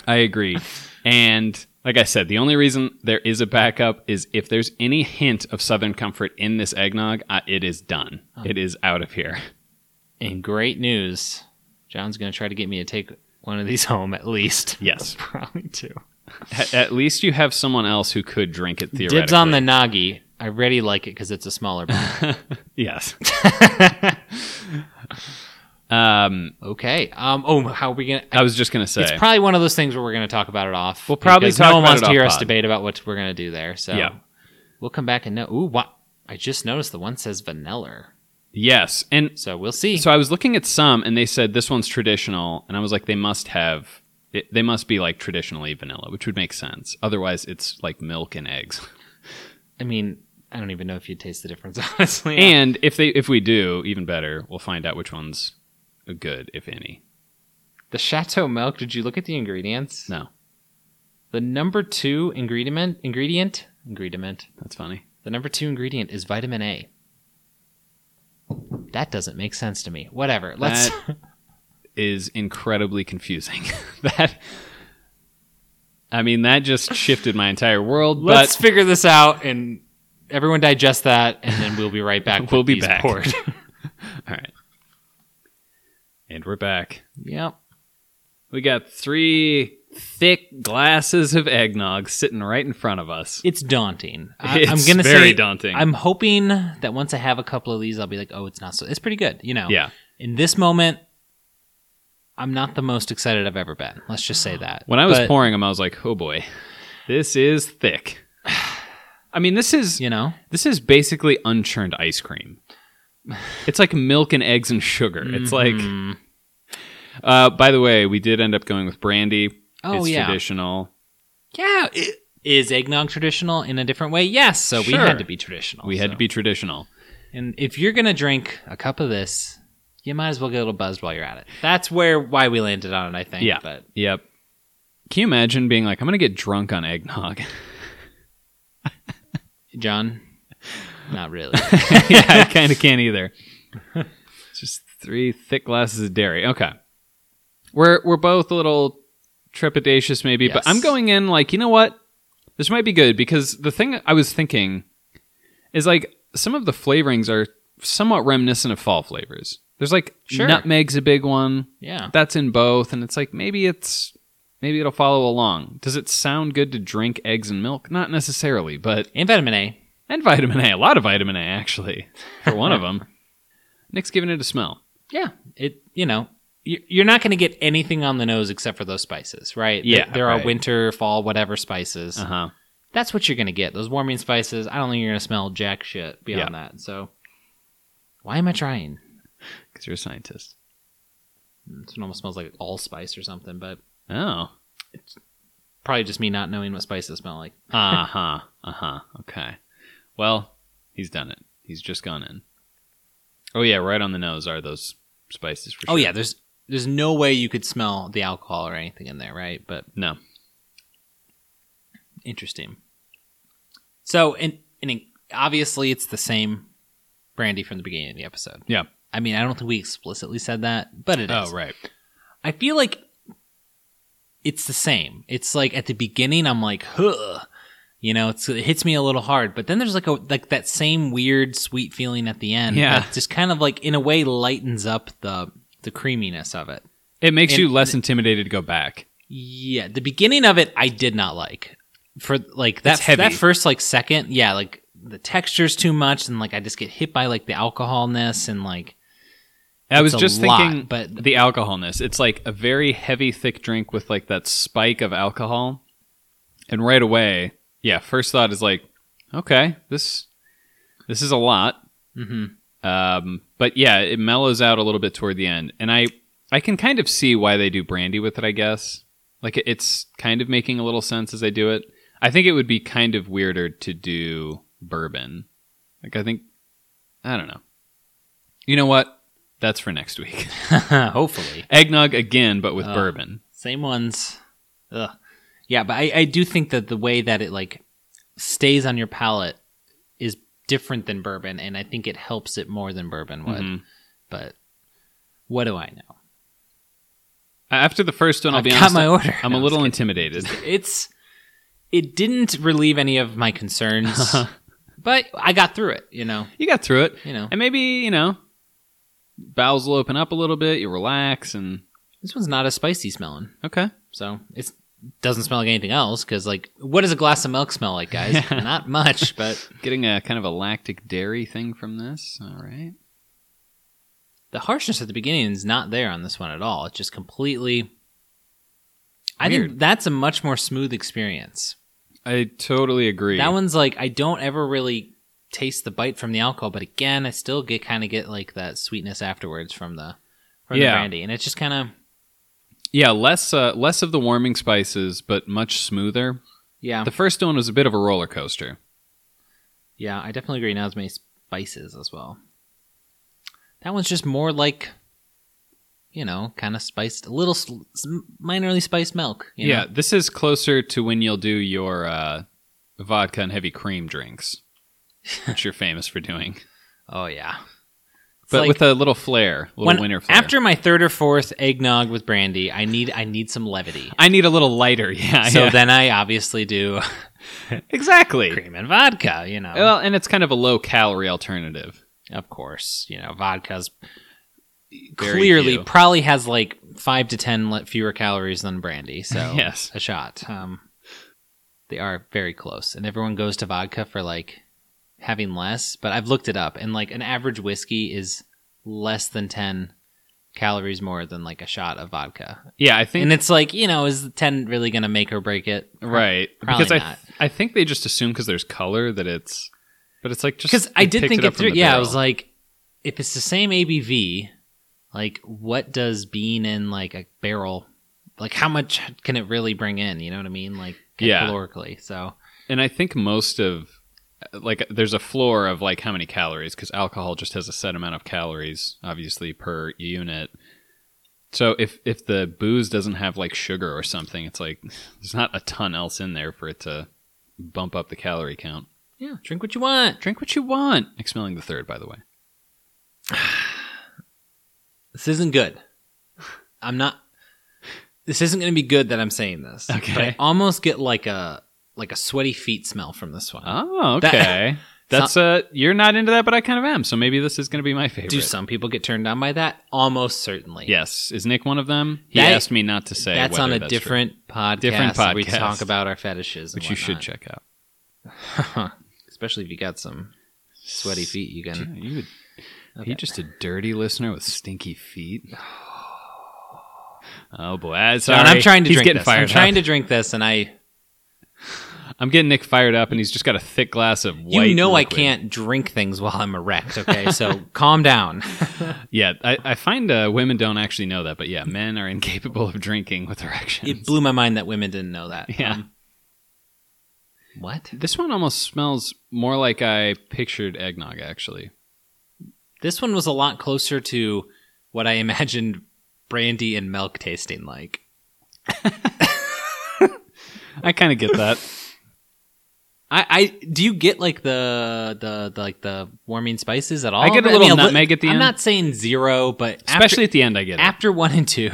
Speaker 2: I agree. And like I said, the only reason there is a backup is if there's any hint of Southern comfort in this eggnog, uh, it is done. It is out of here.
Speaker 1: and great news, John's going to try to get me to take one of these home at least.
Speaker 2: Yes.
Speaker 1: Probably two.
Speaker 2: at, at least you have someone else who could drink it theoretically.
Speaker 1: Dibs on the nagi. I really like it because it's a smaller bag.
Speaker 2: yes. um,
Speaker 1: okay. Um. Oh, how are we gonna?
Speaker 2: I was just gonna say.
Speaker 1: It's probably one of those things where we're gonna talk about it off. We'll
Speaker 2: probably talk
Speaker 1: no one
Speaker 2: about
Speaker 1: wants
Speaker 2: it
Speaker 1: to hear
Speaker 2: off
Speaker 1: us
Speaker 2: pod.
Speaker 1: debate about what we're gonna do there. So
Speaker 2: Yeah.
Speaker 1: we'll come back and know. Ooh, what? I just noticed the one says vanilla.
Speaker 2: yes, and
Speaker 1: So we'll see.
Speaker 2: so I was looking at some, and they said this one's traditional, and I was like, they must have. It, they must be like traditionally vanilla, which would make sense. Otherwise, it's like milk and eggs.
Speaker 1: I mean, I don't even know if you'd taste the difference, honestly.
Speaker 2: And if they if we do, even better, we'll find out which one's good, if any.
Speaker 1: the chateau milk. Did you look at the ingredients?
Speaker 2: No,
Speaker 1: The number two ingredient ingredient ingredient.
Speaker 2: that's funny.
Speaker 1: The number two ingredient is vitamin A. That doesn't make sense to me. Whatever. Let's
Speaker 2: That is incredibly confusing. that I mean, that just shifted my entire world.
Speaker 1: let's
Speaker 2: But
Speaker 1: figure this out and everyone digest that and then we'll be right back. with
Speaker 2: We'll be
Speaker 1: these
Speaker 2: back.
Speaker 1: poured.
Speaker 2: all right, and we're back.
Speaker 1: yep.
Speaker 2: We got three thick glasses of eggnog sitting right in front of us.
Speaker 1: It's daunting.
Speaker 2: It's
Speaker 1: I'm gonna
Speaker 2: very
Speaker 1: say,
Speaker 2: daunting.
Speaker 1: I'm hoping that once I have a couple of these, I'll be like, oh, it's not so. It's pretty good, you know.
Speaker 2: Yeah.
Speaker 1: In this moment, I'm not the most excited I've ever been. Let's just say that.
Speaker 2: When I was
Speaker 1: But,
Speaker 2: pouring them, I was like, "Oh boy, this is thick." I mean, this is
Speaker 1: you know,
Speaker 2: This is basically unchurned ice cream. It's like milk and eggs and sugar. It's like.
Speaker 1: hmm.
Speaker 2: Uh, by the way, we did end up going with brandy.
Speaker 1: Oh,
Speaker 2: it's
Speaker 1: yeah.
Speaker 2: traditional.
Speaker 1: Yeah, it, Is eggnog traditional in a different way? Yes. So we
Speaker 2: Sure.
Speaker 1: had to be traditional.
Speaker 2: We had
Speaker 1: so-
Speaker 2: to be traditional.
Speaker 1: And if you're gonna drink a cup of this, you might as well get a little buzzed while you're at it. That's where why we landed on it, I think.
Speaker 2: Yeah.
Speaker 1: But
Speaker 2: Yep. Can you imagine being like, I'm going to get drunk on eggnog?
Speaker 1: John, not really.
Speaker 2: yeah, I kind of can't either. It's just three thick glasses of dairy. Okay. We're we're both a little trepidatious maybe, but
Speaker 1: Yes.
Speaker 2: I'm going in like, you know what? This might be good because the thing I was thinking is like some of the flavorings are somewhat reminiscent of fall flavors. There's like
Speaker 1: Sure.
Speaker 2: nutmeg's a big one.
Speaker 1: yeah.
Speaker 2: That's in both and it's like maybe it's maybe it'll follow along. Does it sound good to drink eggs and milk? Not necessarily, but
Speaker 1: And vitamin A.
Speaker 2: and vitamin A. A lot of vitamin A, actually, for one of them. Nick's giving it a smell.
Speaker 1: Yeah. It you know you- you're not going to get anything on the nose except for those spices, right?
Speaker 2: Yeah,
Speaker 1: There, there
Speaker 2: right.
Speaker 1: are winter, fall, whatever spices.
Speaker 2: Uh huh.
Speaker 1: That's what you're going to get. Those warming spices. I don't think you're going to smell jack shit beyond that. So why am I trying?
Speaker 2: Because you're a scientist.
Speaker 1: It almost smells like allspice or something, but
Speaker 2: Oh.
Speaker 1: probably just me not knowing what spices smell like.
Speaker 2: Uh huh. uh huh. Okay. Well, he's done it. He's just gone in. Oh yeah, right on the nose are those spices for sure.
Speaker 1: Oh yeah, there's there's no way you could smell the alcohol or anything in there, right? But
Speaker 2: No.
Speaker 1: interesting. So and and it- obviously it's the same brandy from the beginning of the episode.
Speaker 2: Yeah.
Speaker 1: I mean, I don't think we explicitly said that, but it is.
Speaker 2: Oh right.
Speaker 1: I feel like it's the same. It's like at the beginning, I'm like, huh, you know, it's, it hits me a little hard, but then there's like a like that same weird sweet feeling at the end.
Speaker 2: Yeah.
Speaker 1: that just kind of like in a way lightens up the the creaminess of it.
Speaker 2: It makes
Speaker 1: And-
Speaker 2: you less intimidated to go back.
Speaker 1: Yeah, the beginning of it I did not like. For like that
Speaker 2: It's heavy.
Speaker 1: that first like second, yeah, like the texture's too much and like I just get hit by like the alcoholness and like
Speaker 2: I was
Speaker 1: a
Speaker 2: just
Speaker 1: lot,
Speaker 2: thinking,
Speaker 1: but-
Speaker 2: the alcoholness. It's like a very heavy, thick drink with like that spike of alcohol, and right away, yeah. First thought is like, okay, this this is a lot,
Speaker 1: hmm
Speaker 2: um, but yeah, it mellows out a little bit toward the end, and I I can kind of see why they do brandy with it. I guess like it- it's kind of making a little sense as they do it. I think it would be kind of weirder to do bourbon. Like I think I don't know. You know what? That's for next week.
Speaker 1: hopefully.
Speaker 2: Eggnog again, but with
Speaker 1: Ugh.
Speaker 2: bourbon.
Speaker 1: Same ones. Ugh. Yeah, but I, I do think that the way that it like stays on your palate is different than bourbon, and I think it helps it more than bourbon would.
Speaker 2: Mhm.
Speaker 1: But what do I know?
Speaker 2: After the first one, I'll
Speaker 1: I've
Speaker 2: be
Speaker 1: got
Speaker 2: honest.
Speaker 1: my order.
Speaker 2: I'm
Speaker 1: No,
Speaker 2: a
Speaker 1: I'm
Speaker 2: little
Speaker 1: just
Speaker 2: intimidated.
Speaker 1: It's it didn't relieve any of my concerns, but I got through it. You know,
Speaker 2: you got through it.
Speaker 1: you know.
Speaker 2: And maybe, you know, bowels will open up a little bit, you relax, and
Speaker 1: This one's not as spicy smelling,
Speaker 2: okay.
Speaker 1: so it doesn't smell like anything else. Because like, what does a glass of milk smell like, guys?
Speaker 2: Yeah.
Speaker 1: Not much, but
Speaker 2: Getting a kind of a lactic dairy thing from this. All right.
Speaker 1: the harshness at the beginning is not there on this one at all. It's just completely. I
Speaker 2: Weird.
Speaker 1: think that's a much more smooth experience.
Speaker 2: I totally agree.
Speaker 1: That one's like I don't ever really taste the bite from the alcohol, but again, I still get kind of get like that sweetness afterwards from the from
Speaker 2: Yeah.
Speaker 1: the brandy, and it's just kind of
Speaker 2: yeah, less uh, less of the warming spices, but much smoother.
Speaker 1: yeah,
Speaker 2: The first one was a bit of a roller coaster.
Speaker 1: yeah. I definitely agree. Now it's many spices as well. That one's just more like, you know, kind of spiced, a little sl- s- minorly spiced milk. You
Speaker 2: yeah,
Speaker 1: know?
Speaker 2: this is closer to when you'll do your uh, vodka and heavy cream drinks, which you're famous for doing.
Speaker 1: Oh yeah. It's
Speaker 2: but
Speaker 1: like-
Speaker 2: with a little flair, little
Speaker 1: When-
Speaker 2: winter flair.
Speaker 1: After my third or fourth eggnog with brandy, I need I need some levity.
Speaker 2: I need a little lighter, yeah.
Speaker 1: So
Speaker 2: yeah.
Speaker 1: then I obviously do
Speaker 2: exactly.
Speaker 1: cream and vodka, you know.
Speaker 2: Well, and it's kind of a low calorie alternative.
Speaker 1: of course, you know, vodka's
Speaker 2: Very
Speaker 1: clearly
Speaker 2: few.
Speaker 1: probably has like 5 to 10 le- fewer calories than brandy, so
Speaker 2: Yes.
Speaker 1: a shot. Um they are very close and everyone goes to vodka for like having less, but I've looked it up and like an average whiskey is less than 10 calories more than like a shot of vodka.
Speaker 2: Yeah, I think
Speaker 1: And it's like, you know, is 10 really going to make or break it?
Speaker 2: right
Speaker 1: Probably
Speaker 2: because I
Speaker 1: not.
Speaker 2: I think they just assume because there's color that it's, but it's like just
Speaker 1: Because I
Speaker 2: they
Speaker 1: did
Speaker 2: picked
Speaker 1: think
Speaker 2: it
Speaker 1: it,
Speaker 2: up from
Speaker 1: through.
Speaker 2: the
Speaker 1: Yeah, I
Speaker 2: barrel.
Speaker 1: was like, if it's the same ABV, like, what does being in like a barrel, like, how much can it really bring in? You know what I mean? Like,
Speaker 2: Yeah.
Speaker 1: calorically. So
Speaker 2: And I think most of like there's a floor of like how many calories because alcohol just has a set amount of calories obviously per unit. So if if the booze doesn't have like sugar or something, it's like there's not a ton else in there for it to bump up the calorie count.
Speaker 1: yeah, drink what you want.
Speaker 2: Drink what you want. Expelling the third, by the way.
Speaker 1: This isn't good. I'm not. This isn't going to be good that I'm saying this. but
Speaker 2: Okay.
Speaker 1: I almost get like a like a sweaty feet smell from this one.
Speaker 2: Oh,
Speaker 1: That-
Speaker 2: okay. That's uh you're not into that, but I kind of am. So maybe this is going to be my favorite.
Speaker 1: Do some people get turned on by that? Almost certainly.
Speaker 2: Yes, is Nick one of them? He
Speaker 1: That-
Speaker 2: asked me not to say.
Speaker 1: that's
Speaker 2: whether
Speaker 1: on a
Speaker 2: true,
Speaker 1: different podcast.
Speaker 2: Different
Speaker 1: where We
Speaker 2: podcast.
Speaker 1: talk about our fetishes, and
Speaker 2: which you should
Speaker 1: whatnot.
Speaker 2: check out.
Speaker 1: especially if you got some sweaty feet. You can.
Speaker 2: You would, are you just a dirty listener with stinky feet. Oh boy, Ah, sorry.
Speaker 1: John, I'm trying to
Speaker 2: He's
Speaker 1: drink
Speaker 2: getting
Speaker 1: this.
Speaker 2: fired
Speaker 1: I'm trying
Speaker 2: up.
Speaker 1: to drink this, and I
Speaker 2: I'm getting Nick fired up, and he's just got a thick glass of white.
Speaker 1: you know
Speaker 2: liquid.
Speaker 1: I can't drink things while I'm erect. Okay, so calm down.
Speaker 2: Yeah, I, I find uh, women don't actually know that, but yeah, men are incapable of drinking with erections.
Speaker 1: It blew my mind that women didn't know that.
Speaker 2: Yeah.
Speaker 1: Um, what?
Speaker 2: This one almost smells more like I pictured eggnog, actually.
Speaker 1: This one was a lot closer to what I imagined brandy and milk tasting like.
Speaker 2: I kind of get that.
Speaker 1: I, I do you get like the, the the like the warming spices at all?
Speaker 2: I get a little nutmeg
Speaker 1: li-
Speaker 2: at the
Speaker 1: I'm
Speaker 2: end.
Speaker 1: not saying zero, but
Speaker 2: Especially
Speaker 1: especially
Speaker 2: at the end, I get it.
Speaker 1: after, after one and two,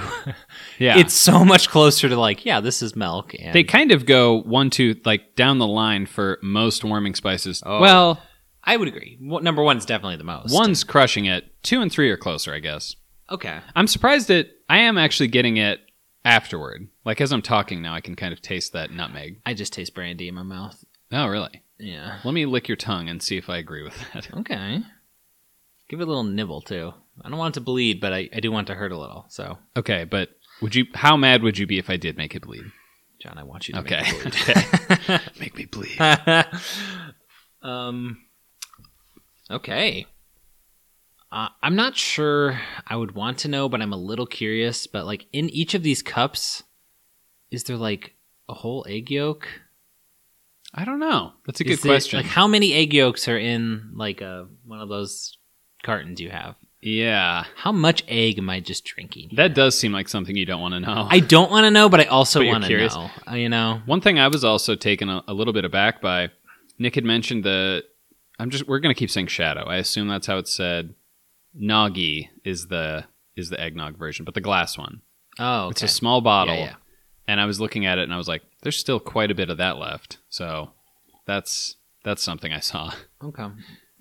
Speaker 2: yeah.
Speaker 1: it's so much closer to like yeah, this is milk. And
Speaker 2: they kind of go one, two, like down the line for most warming spices.
Speaker 1: Oh.
Speaker 2: Well,
Speaker 1: I would agree. Well, number one's definitely the most.
Speaker 2: one's crushing it. Two and three are closer, I guess.
Speaker 1: okay.
Speaker 2: I'm surprised that I am actually getting it afterward. Like as I'm talking now, I can kind of taste that nutmeg.
Speaker 1: I just taste brandy in my mouth.
Speaker 2: Oh, really?
Speaker 1: Yeah.
Speaker 2: Let me lick your tongue and see if I agree with that.
Speaker 1: Okay. Give it a little nibble too. I don't want it to bleed, but I, I do want it to hurt a little. So,
Speaker 2: Okay, but would you? How mad would you be if I did make it bleed?
Speaker 1: John, I want you to
Speaker 2: Okay.
Speaker 1: make it bleed.
Speaker 2: make me bleed.
Speaker 1: um, okay. Uh, I'm not sure I would want to know, but I'm a little curious. But like in each of these cups, is there like a whole egg yolk?
Speaker 2: I don't know. That's a
Speaker 1: Is
Speaker 2: good
Speaker 1: it-
Speaker 2: question.
Speaker 1: Like how many egg yolks are in like a one of those cartons you have?
Speaker 2: yeah,
Speaker 1: How much egg am I just drinking?
Speaker 2: that does seem like something you don't want to know.
Speaker 1: I don't want to know, but I also
Speaker 2: But you're
Speaker 1: want to
Speaker 2: curious.
Speaker 1: know. Uh, You know,
Speaker 2: One thing I was also taken a, a little bit aback by, Nick had mentioned the. I'm just. We're gonna keep saying shadow. I assume that's how it's said. Noggy is the is the eggnog version, but the glass one.
Speaker 1: oh, okay.
Speaker 2: It's a small bottle,
Speaker 1: Yeah, yeah.
Speaker 2: and I was looking at it and I was like, "There's still quite a bit of that left." So, that's that's something I saw.
Speaker 1: okay.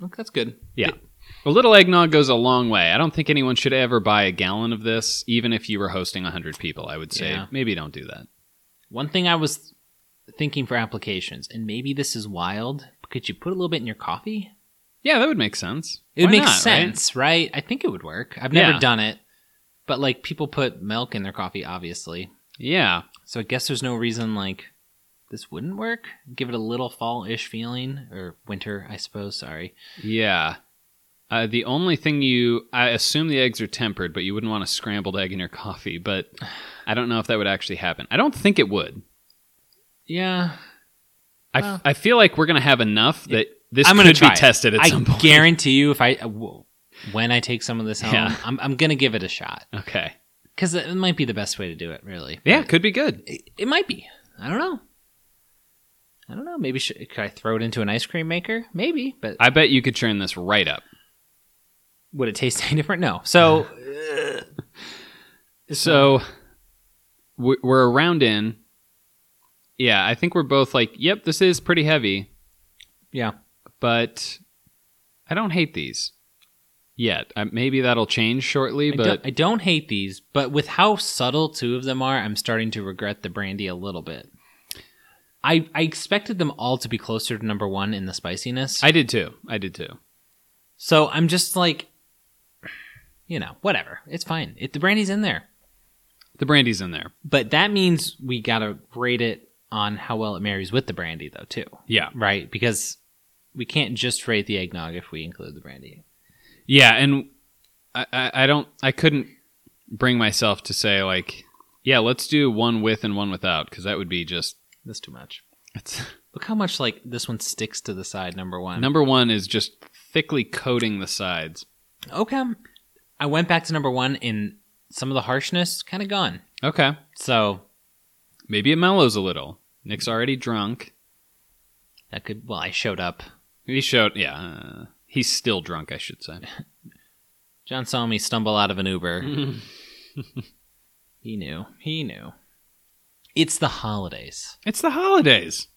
Speaker 1: Okay, that's good.
Speaker 2: Yeah. A little eggnog goes a long way. I don't think anyone should ever buy a gallon of this, even if you were hosting 100 people. I would say
Speaker 1: Yeah.
Speaker 2: maybe don't do that.
Speaker 1: One thing I was thinking for applications, and maybe this is wild, but could you put a little bit in your coffee?
Speaker 2: Yeah, that would make sense.
Speaker 1: It would
Speaker 2: Why
Speaker 1: make
Speaker 2: not, right?
Speaker 1: sense, right? I think it would work. I've never
Speaker 2: Yeah.
Speaker 1: done it, but like people put milk in their coffee, obviously.
Speaker 2: Yeah.
Speaker 1: So I guess there's no reason like this wouldn't work. Give it a little fall-ish feeling or winter, I suppose. Sorry.
Speaker 2: Yeah. Uh, the only thing you, I assume the eggs are tempered, but you wouldn't want a scrambled egg in your coffee. But I don't know if that would actually happen. I don't think it would.
Speaker 1: Yeah,
Speaker 2: I, f-
Speaker 1: Well.
Speaker 2: I feel like we're going to have enough that this
Speaker 1: I'm gonna
Speaker 2: could be
Speaker 1: try it.
Speaker 2: tested at
Speaker 1: I
Speaker 2: some point.
Speaker 1: guarantee you, if I uh, w- when I take some of this home,
Speaker 2: Yeah.
Speaker 1: I'm, I'm gonna give it a shot
Speaker 2: Okay.
Speaker 1: because it might be the best way to do it. Really,
Speaker 2: Yeah, could be good.
Speaker 1: it, it might be. I don't know. I don't know. Maybe should, could I throw it into an ice cream maker? Maybe, but
Speaker 2: I bet you could churn this right up.
Speaker 1: would it taste any different? No. So
Speaker 2: So we- we're around in. Yeah, I think we're both like, yep, this is pretty heavy,
Speaker 1: yeah,
Speaker 2: but I don't hate these yet. Uh, maybe that'll change shortly,
Speaker 1: I, don't,
Speaker 2: but
Speaker 1: I don't hate these, but with how subtle two of them are, I'm starting to regret the brandy a little bit. I I expected them all to be closer to number one in the spiciness.
Speaker 2: I did too. I did too.
Speaker 1: So I'm just like, you know, whatever. It's fine. It, the brandy's in there.
Speaker 2: The brandy's in there.
Speaker 1: But that means we got to rate it on how well it marries with the brandy, though, too.
Speaker 2: Yeah.
Speaker 1: Right? Because we can't just rate the eggnog if we include the brandy.
Speaker 2: Yeah, and I, I, I don't I couldn't bring myself to say like, yeah, let's do one with and one without because that would be just
Speaker 1: That's too much.
Speaker 2: It's,
Speaker 1: Look how much like this one sticks to the side. Number one.
Speaker 2: number one is just thickly coating the sides.
Speaker 1: Okay. I went back to number one, and some of the harshness kind of gone.
Speaker 2: Okay.
Speaker 1: So
Speaker 2: Maybe it mellows a little. Nick's already drunk.
Speaker 1: that could. Well, I showed up.
Speaker 2: He showed, yeah. uh, he's still drunk, I should say.
Speaker 1: John saw me stumble out of an
Speaker 2: Mm.
Speaker 1: Uber. he knew. He knew. It's the holidays.
Speaker 2: It's the holidays.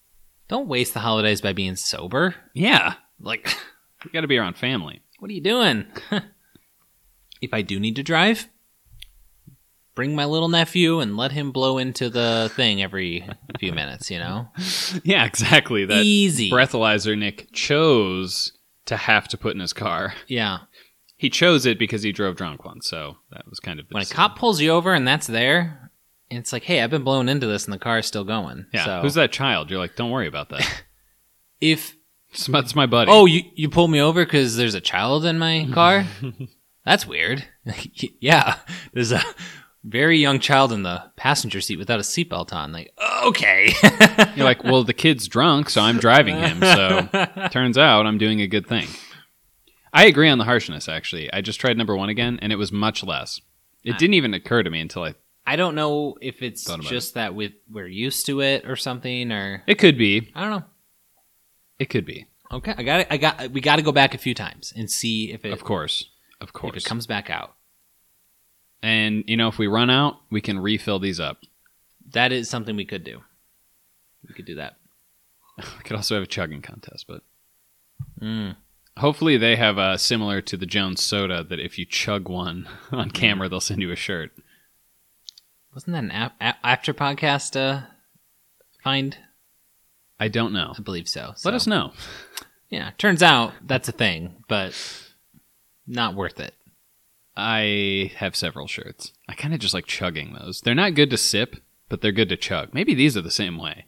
Speaker 1: Don't waste the holidays by being sober.
Speaker 2: Yeah.
Speaker 1: Like,
Speaker 2: You got to be around family.
Speaker 1: what are you doing? if I do need to drive, bring my little nephew and let him blow into the thing every few minutes, you know?
Speaker 2: Yeah, exactly. That
Speaker 1: Easy.
Speaker 2: breathalyzer Nick chose to have to put in his car.
Speaker 1: Yeah.
Speaker 2: He chose it because he drove drunk once, so that was kind of the
Speaker 1: when a
Speaker 2: decision.
Speaker 1: cop pulls you over and that's there, and it's like, hey, I've been blown into this and the car's still going.
Speaker 2: Yeah,
Speaker 1: So
Speaker 2: who's that child? You're like, don't worry about that.
Speaker 1: if
Speaker 2: It's my- it's my buddy.
Speaker 1: oh you you pulled me over because there's a child in my car, that's weird. yeah, there's a very young child in the passenger seat without a seatbelt on. Like, okay,
Speaker 2: You're like, well, the kid's drunk, so I'm driving him. So turns out I'm doing a good thing. I agree on the harshness, actually. I just tried number one again, and it was much less.
Speaker 1: Ah.
Speaker 2: It didn't even occur to me until I.
Speaker 1: I don't know if it's
Speaker 2: Thought about
Speaker 1: just that with we're used to it or something, or
Speaker 2: It could be.
Speaker 1: I don't know.
Speaker 2: It could be.
Speaker 1: Okay, I got it. I got we got to go back a few times and see if it
Speaker 2: Of course. Of
Speaker 1: if it
Speaker 2: course.
Speaker 1: comes back out.
Speaker 2: and, you know, if we run out, we can refill these up.
Speaker 1: That is something we could do. We could do that.
Speaker 2: We could also have a chugging contest, but
Speaker 1: Mm.
Speaker 2: hopefully they have uh, similar to the Jones soda that if you chug one on camera, they'll send you a shirt.
Speaker 1: Wasn't that an ap- a- after podcast uh, find?
Speaker 2: I don't know.
Speaker 1: I believe so. so.
Speaker 2: Let us know.
Speaker 1: Yeah, turns out that's a thing, but not worth it.
Speaker 2: I have several shirts. I kind of just like chugging those. They're not good to sip, but they're good to chug. Maybe these are the same way.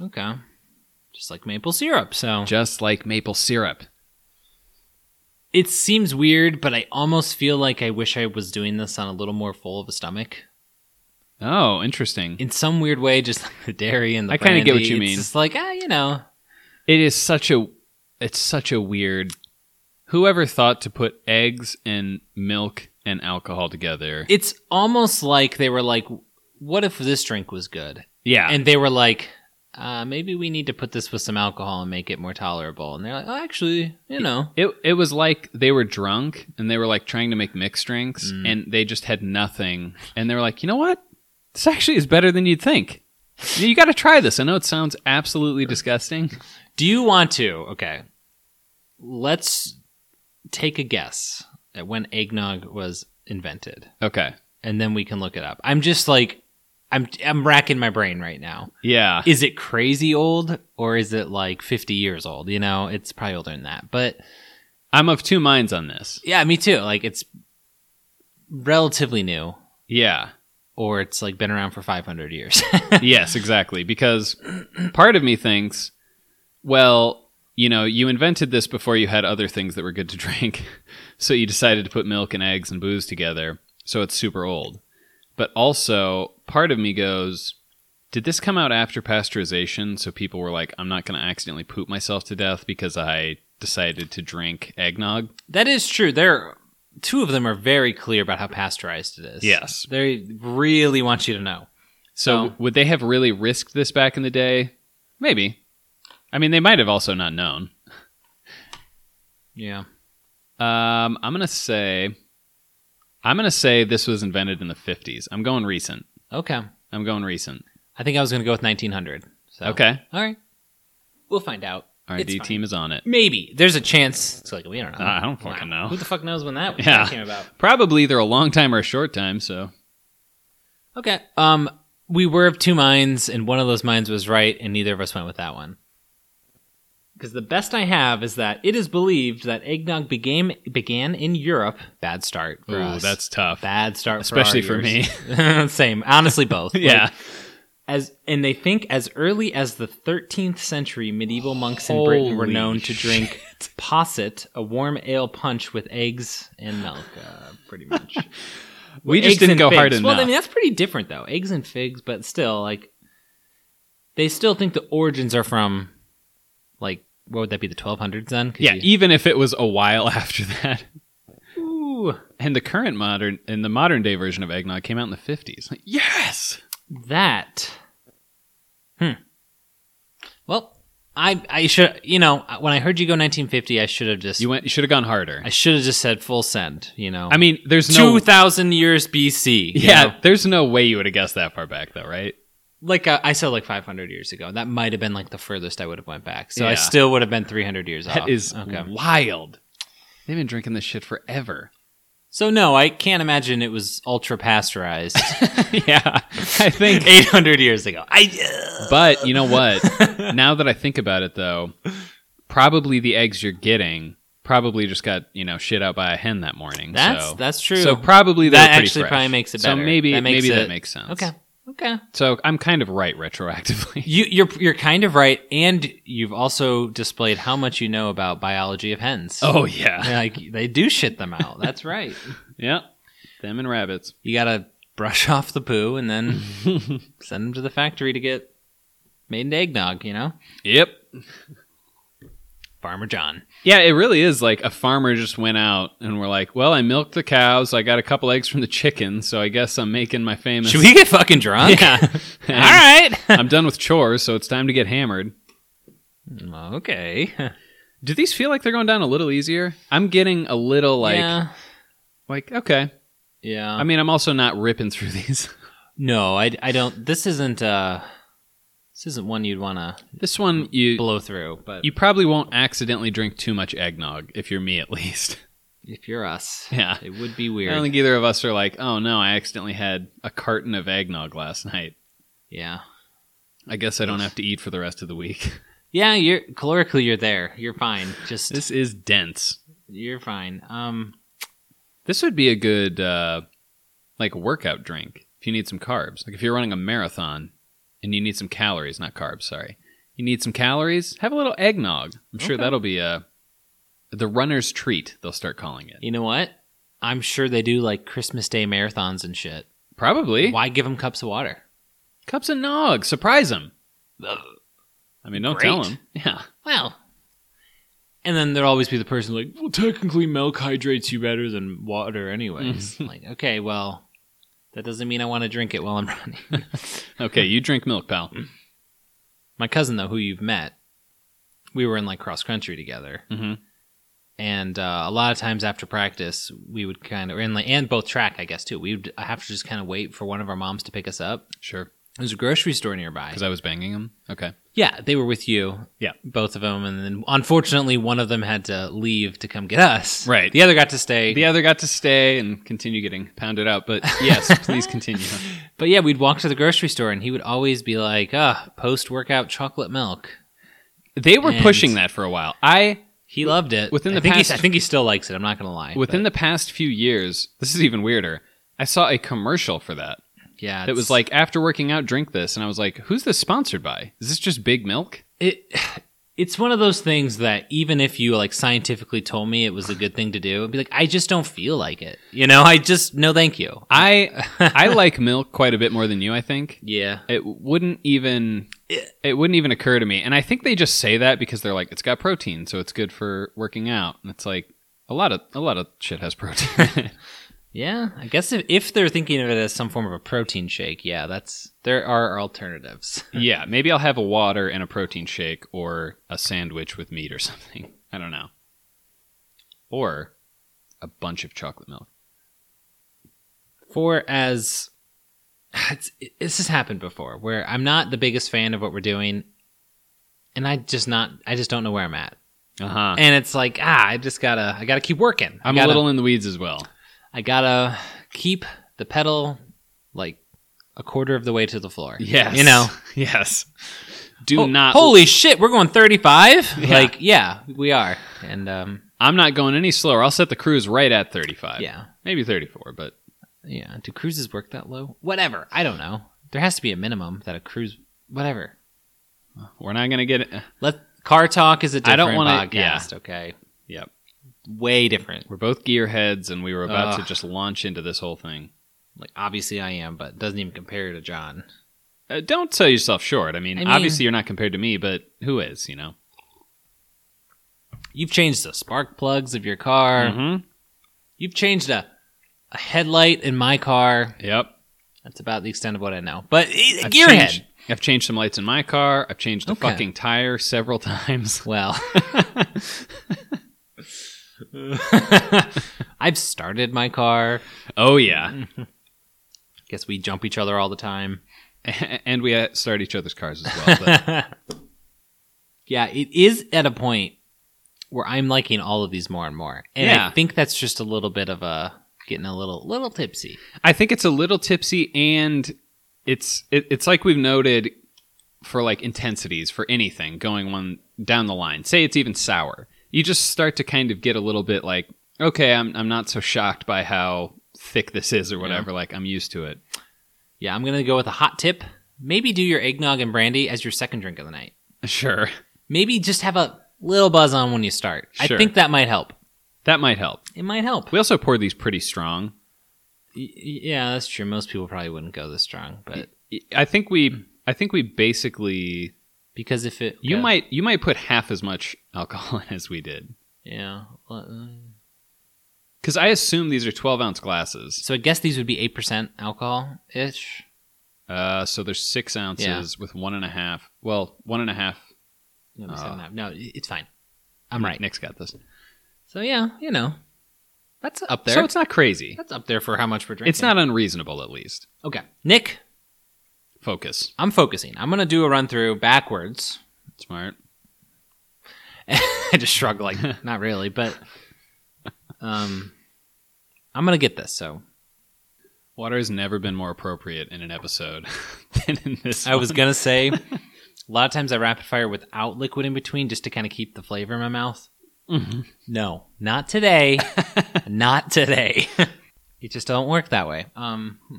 Speaker 1: Okay, just like maple syrup. So
Speaker 2: Just like maple syrup.
Speaker 1: it seems weird, but I almost feel like I wish I was doing this on a little more full of a stomach.
Speaker 2: Oh, interesting.
Speaker 1: In some weird way, just like the dairy and the
Speaker 2: I kinda get what
Speaker 1: brandy,
Speaker 2: you
Speaker 1: it's
Speaker 2: mean.
Speaker 1: Just like ah, you know,
Speaker 2: It is such a it's such a weird whoever thought to put eggs and milk and alcohol together.
Speaker 1: it's almost like they were like, "What if this drink was good?"
Speaker 2: Yeah.
Speaker 1: and they were like, uh, maybe we need to put this with some alcohol and make it more tolerable. And they're like, oh, actually, you know,
Speaker 2: it it was like they were drunk and they were like trying to make mixed drinks and they just had nothing and they were like, "You know what? This actually is better than you'd think." You got to try this. I know it sounds absolutely disgusting.
Speaker 1: do you want to? Okay, let's take a guess at when eggnog was invented,
Speaker 2: Okay.
Speaker 1: and then we can look it up. I'm just like, I'm I'm racking my brain right now.
Speaker 2: Yeah.
Speaker 1: Is it crazy old or is it like 50 years old? You know, it's probably older than that. But
Speaker 2: I'm of two minds on this.
Speaker 1: yeah, me too. Like it's relatively new,
Speaker 2: Yeah.
Speaker 1: or it's like been around for 500 years.
Speaker 2: yes, exactly. Because part of me thinks, well, you know, you invented this before you had other things that were good to drink. So you decided to put milk and eggs and booze together. So it's super old. But also, part of me goes, did this come out after pasteurization? So people were like, I'm not going to accidentally poop myself to death because I decided to drink eggnog.
Speaker 1: That is true. There, two of them are very clear about how pasteurized it is.
Speaker 2: Yes.
Speaker 1: they really want you to know.
Speaker 2: So
Speaker 1: So-
Speaker 2: would they have really risked this back in the day? Maybe. I mean, they might have also not known.
Speaker 1: Yeah,
Speaker 2: Um, I'm gonna say, I'm gonna say this was invented in the 50s. I'm going recent.
Speaker 1: okay.
Speaker 2: I'm going recent.
Speaker 1: I think I was going to go with 1900. So.
Speaker 2: Okay,
Speaker 1: all right. We'll find out.
Speaker 2: our
Speaker 1: It's
Speaker 2: D
Speaker 1: fine.
Speaker 2: team is on it.
Speaker 1: Maybe there's a chance. It's like we don't know.
Speaker 2: I don't fucking know.
Speaker 1: Who the fuck knows when that,
Speaker 2: Yeah.
Speaker 1: that came about?
Speaker 2: Probably either a long time or a short time. So
Speaker 1: Okay. Um, we were of two minds, and one of those minds was right, and neither of us went with that one. Because the best I have is that it is believed that eggnog began began in Europe. Bad start. for
Speaker 2: ooh,
Speaker 1: us.
Speaker 2: that's tough.
Speaker 1: bad start
Speaker 2: Especially
Speaker 1: for,
Speaker 2: for
Speaker 1: our me same honestly both
Speaker 2: yeah,
Speaker 1: Like, as and they think as early as the 13th century medieval monks in britain were
Speaker 2: Holy
Speaker 1: known to drink posset a warm ale punch with eggs and milk uh, pretty much
Speaker 2: we
Speaker 1: Eggs
Speaker 2: just didn't
Speaker 1: and
Speaker 2: go
Speaker 1: figs.
Speaker 2: hard
Speaker 1: well i
Speaker 2: enough.
Speaker 1: mean that's pretty different though eggs and figs but still like They still think the origins are from, like, what would that be, the 1200s then? 'Cause
Speaker 2: Yeah,
Speaker 1: you-
Speaker 2: even if it was a while after that.
Speaker 1: Ooh,
Speaker 2: And the current modern and the modern day version of eggnog came out in the 50s. Like, yes.
Speaker 1: that. Hmm. Well, I I should you know when I heard you go 1950, I should have just
Speaker 2: You went you should have gone harder.
Speaker 1: I should have just said full send. You know,
Speaker 2: I mean, there's no
Speaker 1: two thousand years BC. you
Speaker 2: Yeah,
Speaker 1: know?
Speaker 2: there's no way you would have guessed that far back though, right?
Speaker 1: like uh, I said, like 500 years ago. That might have been like the furthest I would have went back. So I
Speaker 2: Yeah.
Speaker 1: still would have been 300 years off.
Speaker 2: That is
Speaker 1: Oh, okay.
Speaker 2: wild. They've been drinking this shit forever.
Speaker 1: So no, I can't imagine it was ultra pasteurized
Speaker 2: yeah. I think
Speaker 1: 800 years ago. I uh,
Speaker 2: But you know what? now that I think about it, though, probably the eggs you're getting probably just got you know shit out by a hen that morning.
Speaker 1: that's
Speaker 2: so.
Speaker 1: that's true.
Speaker 2: So probably they're
Speaker 1: that
Speaker 2: pretty
Speaker 1: actually
Speaker 2: fresh.
Speaker 1: probably makes it
Speaker 2: So
Speaker 1: better.
Speaker 2: maybe
Speaker 1: That makes
Speaker 2: maybe
Speaker 1: it-
Speaker 2: that makes sense.
Speaker 1: okay, okay.
Speaker 2: So I'm kind of right retroactively.
Speaker 1: You, you're you're kind of right, and you've also displayed how much you know about biology of hens.
Speaker 2: oh yeah. yeah.
Speaker 1: like they do shit them out. That's right.
Speaker 2: Them and rabbits.
Speaker 1: You gotta brush off the poo and then send them to the factory to get made into eggnog. You know,
Speaker 2: Yep.
Speaker 1: Farmer John.
Speaker 2: Yeah, it really is like a farmer just went out and we're like, well, I milked the cows. I got a couple eggs from the chickens, so I guess I'm making my famous.
Speaker 1: Should we get fucking drunk?
Speaker 2: Yeah.
Speaker 1: All right.
Speaker 2: I'm done with chores, so it's time to get hammered.
Speaker 1: okay.
Speaker 2: Do these feel like they're going down a little easier? I'm getting a little like
Speaker 1: yeah.
Speaker 2: like okay.
Speaker 1: yeah.
Speaker 2: I mean, I'm also not ripping through these.
Speaker 1: no, I, I don't. This isn't uh, this isn't one you'd want to
Speaker 2: this one you
Speaker 1: blow through. But
Speaker 2: you probably won't accidentally drink too much eggnog if you're me at least.
Speaker 1: if you're us,
Speaker 2: Yeah.
Speaker 1: it would be
Speaker 2: I
Speaker 1: weird.
Speaker 2: don't think either of us are like, "Oh no, I accidentally had a carton of eggnog last night.
Speaker 1: yeah.
Speaker 2: I guess I don't have to eat for the rest of the week."
Speaker 1: Yeah, you're calorically you're there. You're fine. Just
Speaker 2: This is dense.
Speaker 1: you're fine. Um
Speaker 2: This would be a good uh like workout drink if you need some carbs. Like if you're running a marathon and you need some calories, not carbs, sorry. You need some calories, have a little eggnog. I'm sure
Speaker 1: Okay.
Speaker 2: that'll be uh the runner's treat, they'll start calling it.
Speaker 1: you know what? I'm sure they do like Christmas Day marathons and shit.
Speaker 2: Probably.
Speaker 1: Why give them cups of water?
Speaker 2: Cups of nog, surprise them.
Speaker 1: Ugh.
Speaker 2: I mean, don't
Speaker 1: Great.
Speaker 2: tell them. Yeah.
Speaker 1: Well, and then there'll always be the person like, well, technically milk hydrates you better than water, anyways.
Speaker 2: Mm-hmm.
Speaker 1: like, okay, well, that doesn't mean I want to drink it while I'm running.
Speaker 2: Okay, you drink milk, pal.
Speaker 1: Mm. My cousin though, who you've met, we were in like cross country together,
Speaker 2: Mhm.
Speaker 1: and uh, a lot of times after practice we would kind of and like and both track i guess too we would have to just kind of wait for one of our moms to pick us up
Speaker 2: Sure.
Speaker 1: there's a grocery store nearby
Speaker 2: Cuz I was banging them. Okay.
Speaker 1: yeah they were with you
Speaker 2: Yeah.
Speaker 1: both of them and then unfortunately one of them had to leave to come get us
Speaker 2: Right.
Speaker 1: the other got to stay
Speaker 2: The other got to stay and continue getting pounded out, but yes, please continue.
Speaker 1: but yeah we'd walk to the grocery store and he would always be like ah post workout chocolate milk
Speaker 2: They were
Speaker 1: And-
Speaker 2: pushing that for a while. I
Speaker 1: he loved it
Speaker 2: Within
Speaker 1: I
Speaker 2: the
Speaker 1: think he-
Speaker 2: past-
Speaker 1: i think he still likes it i'm not gonna lie
Speaker 2: Within the past few years, this is even weirder. I saw a commercial for that.
Speaker 1: but yeah
Speaker 2: That
Speaker 1: it's-
Speaker 2: was like after working out, drink this, and I was like, "Who's this sponsored by? Is this just Big Milk?"
Speaker 1: it it's one of those things that even if you like scientifically told me it was a good thing to do, I'd be like, I just don't feel like it. You know, I just no, thank you.
Speaker 2: I I like milk quite a bit more than you. I think
Speaker 1: Yeah,
Speaker 2: it wouldn't even it wouldn't even occur to me. And I think they just say that because they're like, "It's got protein, so it's good for working out." And it's like a lot of a lot of shit has protein.
Speaker 1: yeah. I guess if, if they're thinking of it as some form of a protein shake, yeah, that's there are alternatives.
Speaker 2: yeah, maybe I'll have a water and a protein shake or a sandwich with meat or something. I don't know. Or a bunch of chocolate milk.
Speaker 1: For as it's, this has happened before, where I'm not the biggest fan of what we're doing, and I just not I just don't know where I'm at,
Speaker 2: Uh-huh.
Speaker 1: and it's like ah, I just gotta I gotta keep working. I
Speaker 2: I'm
Speaker 1: gotta-
Speaker 2: a little in the weeds as well.
Speaker 1: I gotta keep the pedal like a quarter of the way to the floor.
Speaker 2: Yes.
Speaker 1: You know,
Speaker 2: Yes. Do
Speaker 1: Ho-
Speaker 2: not
Speaker 1: Holy shit, we're going 35?
Speaker 2: Yeah.
Speaker 1: Like, yeah, we are. And, um,
Speaker 2: I'm not going any slower. I'll set the cruise right at 35.
Speaker 1: yeah.
Speaker 2: Maybe 34, but
Speaker 1: Yeah. Do cruises work that low? Whatever. I don't know. There has to be a minimum that a cruise, whatever.
Speaker 2: we're not going to get it.
Speaker 1: Let Car talk is a
Speaker 2: I
Speaker 1: different
Speaker 2: don't wanna-
Speaker 1: podcast, okay?
Speaker 2: Yep.
Speaker 1: Way different.
Speaker 2: We're both gearheads and we were about to
Speaker 1: Ugh.
Speaker 2: just launch into this whole thing.
Speaker 1: Like, obviously I am, but it doesn't even compare to John.
Speaker 2: Uh, don't sell yourself short. I mean,
Speaker 1: I mean-
Speaker 2: obviously you're not compared to me, but who is, you know?
Speaker 1: You've changed the spark plugs of your car.
Speaker 2: Mm-hmm.
Speaker 1: You've changed a, a headlight in my car.
Speaker 2: Yep.
Speaker 1: That's about the extent of what I know. But eh,
Speaker 2: I've
Speaker 1: gearhead.
Speaker 2: Changed, I've changed some lights in my car. I've changed a
Speaker 1: Okay.
Speaker 2: fucking tire several times.
Speaker 1: Well, I've started my car.
Speaker 2: Oh yeah,
Speaker 1: Guess we jump each other all the time. Mm.
Speaker 2: and we uh, start each other's cars as well. But
Speaker 1: Yeah, it is at a point where I'm liking all of these more and more. And I
Speaker 2: Yeah.
Speaker 1: think that's just a little bit of a getting a little little tipsy.
Speaker 2: I think it's a little tipsy, and it's it, it's like we've noted for like intensities for anything going one down the line. Say it's even sour, you just start to kind of get a little bit like, okay, I'm I'm not so shocked by how thick this is or whatever. Like I'm used to it.
Speaker 1: Yeah, I'm going to go with a hot tip. Maybe do your eggnog and brandy as your second drink of the night.
Speaker 2: Sure,
Speaker 1: Maybe just have a little buzz on when you start. I
Speaker 2: Sure.
Speaker 1: think that might help.
Speaker 2: that might help.
Speaker 1: It might help.
Speaker 2: We also pour these pretty strong.
Speaker 1: Y- yeah, that's true. Most people probably wouldn't go this strong, but
Speaker 2: I think
Speaker 1: Hmm.
Speaker 2: we I think we basically
Speaker 1: because if it
Speaker 2: you
Speaker 1: okay.
Speaker 2: might you might put half as much alcohol in as we did
Speaker 1: yeah. Well, uh,
Speaker 2: because I assume these are twelve ounce glasses.
Speaker 1: So I guess these would be 8% alcohol ish.
Speaker 2: Uh, so there's six ounces with one and a half. Well, one and a half.
Speaker 1: No,
Speaker 2: Oh.
Speaker 1: seven and a half. no, it's fine. I'm right.
Speaker 2: Nick's got this.
Speaker 1: So yeah, you know, that's up there.
Speaker 2: So it's not crazy.
Speaker 1: that's up there for how much we're drinking.
Speaker 2: It's not unreasonable, at least.
Speaker 1: okay. Nick,
Speaker 2: Focus.
Speaker 1: I'm focusing. I'm gonna do a run through backwards.
Speaker 2: Smart.
Speaker 1: I just shrug like not really, but um, I'm gonna get this. So
Speaker 2: Water has never been more appropriate in an episode than in this.
Speaker 1: I was gonna say, a lot of times I rapid fire without liquid in between just to kind of keep the flavor in my mouth. Mm-hmm.
Speaker 2: Mhm.
Speaker 1: No, not today. not today. it just don't work that way. Um, hmm.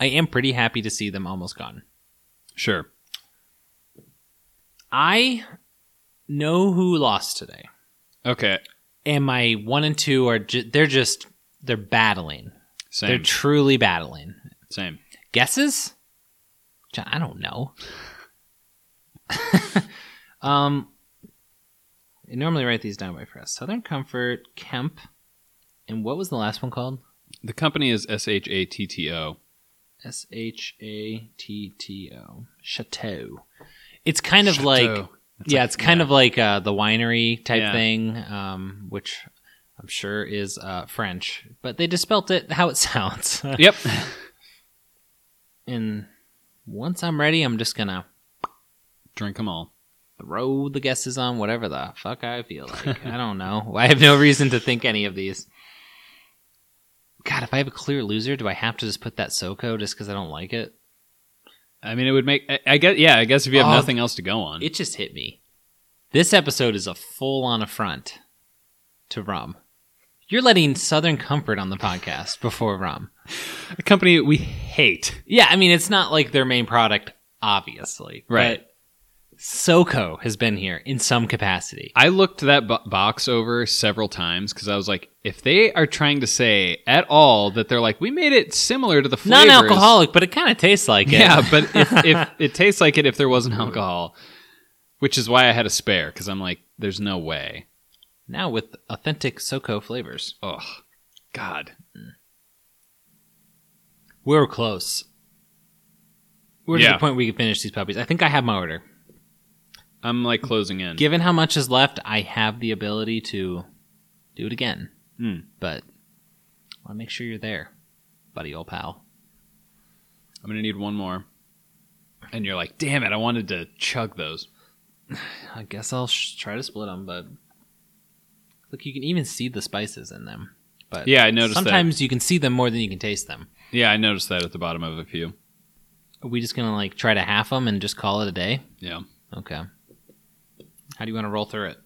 Speaker 1: I am pretty happy to see them almost gone.
Speaker 2: Sure.
Speaker 1: I know who lost today,
Speaker 2: Okay.
Speaker 1: and my one and two are ju- they're just they're battling. They're
Speaker 2: Same.
Speaker 1: truly battling.
Speaker 2: Same.
Speaker 1: Guesses? John, I don't know. um, I normally write these down by press. Southern Comfort, Kemp, and what was the last one called?
Speaker 2: The company is S H A T T O.
Speaker 1: S H A T T O. Chateau. It's kind of like
Speaker 2: Chateau.
Speaker 1: yeah, it's kind of like uh, the winery type
Speaker 2: Yeah.
Speaker 1: thing, um, which I'm sure is uh, French, but they just spelt it how it sounds.
Speaker 2: Yep.
Speaker 1: and once I'm ready, I'm just gonna
Speaker 2: Drink them all.
Speaker 1: throw the guesses on whatever the fuck I feel like. I don't know. I have no reason to think any of these. God, if I have a clear loser, do I have to just put that Soko just because I don't like it?
Speaker 2: I mean, it would make. I, I guess. Yeah, I guess if you have
Speaker 1: Oh,
Speaker 2: nothing else to go on,
Speaker 1: It just hit me. This episode is a full on affront to rum. You're letting Southern Comfort on the podcast before rum.
Speaker 2: a company we hate.
Speaker 1: Yeah, I mean, it's not like their main product, obviously.
Speaker 2: Right.
Speaker 1: But Soko has been here in some capacity.
Speaker 2: I looked that bo- box over several times because I was like, if they are trying to say at all that they're like, we made it similar to the flavors,
Speaker 1: Non alcoholic, but it kind of tastes like it.
Speaker 2: Yeah, but if, if it tastes like it, if there wasn't alcohol, which is why I had a spare because I'm like, there's no way.
Speaker 1: Now with authentic SoCo flavors.
Speaker 2: Ugh, God.
Speaker 1: We were close. We We're to
Speaker 2: Yeah.
Speaker 1: the point where we can finish these puppies. I think I have my order.
Speaker 2: I'm like closing in.
Speaker 1: Given how much is left, I have the ability to do it again.
Speaker 2: Hmm.
Speaker 1: But I want to make sure you're there, buddy, old pal.
Speaker 2: I'm gonna need one more. And you're like, damn it! I wanted to chug those.
Speaker 1: I guess I'll sh- try to split them, but look, you can even see the spices in them. But
Speaker 2: Yeah, I noticed that.
Speaker 1: sometimes you can see them more than you can taste them.
Speaker 2: Yeah, I noticed that at the bottom of a few.
Speaker 1: Are we just gonna like try to half them and just call it a day?
Speaker 2: Yeah.
Speaker 1: Okay. How do you want to roll through it?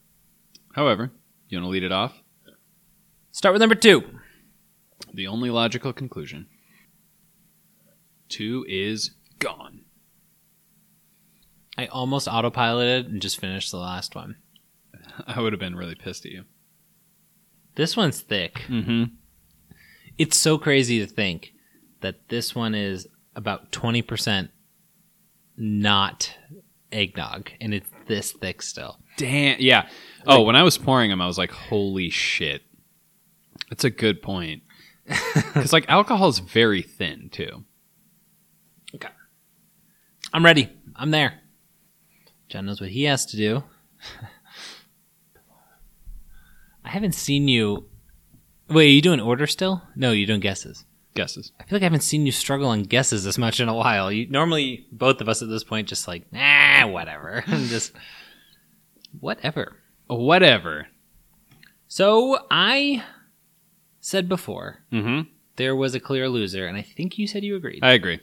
Speaker 2: However, you want to lead it off?
Speaker 1: Start with number two.
Speaker 2: The only logical conclusion. Two is gone.
Speaker 1: I almost autopiloted and just finished the last one.
Speaker 2: I would have been really pissed at you.
Speaker 1: This one's thick.
Speaker 2: Mm-hmm.
Speaker 1: It's so crazy to think that this one is about 20% not eggnog and it's this thick still.
Speaker 2: Damn. Yeah. Oh, when I was pouring them, I was like, holy shit. That's a good point. Because, like, alcohol is very thin, too.
Speaker 1: Okay. I'm ready. I'm there. John knows what he has to do. I haven't seen you. Wait, are you doing order still? No, you're doing guesses.
Speaker 2: Guesses.
Speaker 1: I feel like I haven't seen you struggle on guesses as much in a while. You normally both of us at this point just like, nah, whatever. And just whatever.
Speaker 2: Whatever.
Speaker 1: So I said before
Speaker 2: Mm hmm.
Speaker 1: there was a clear loser, and I think you said you agreed.
Speaker 2: I agree.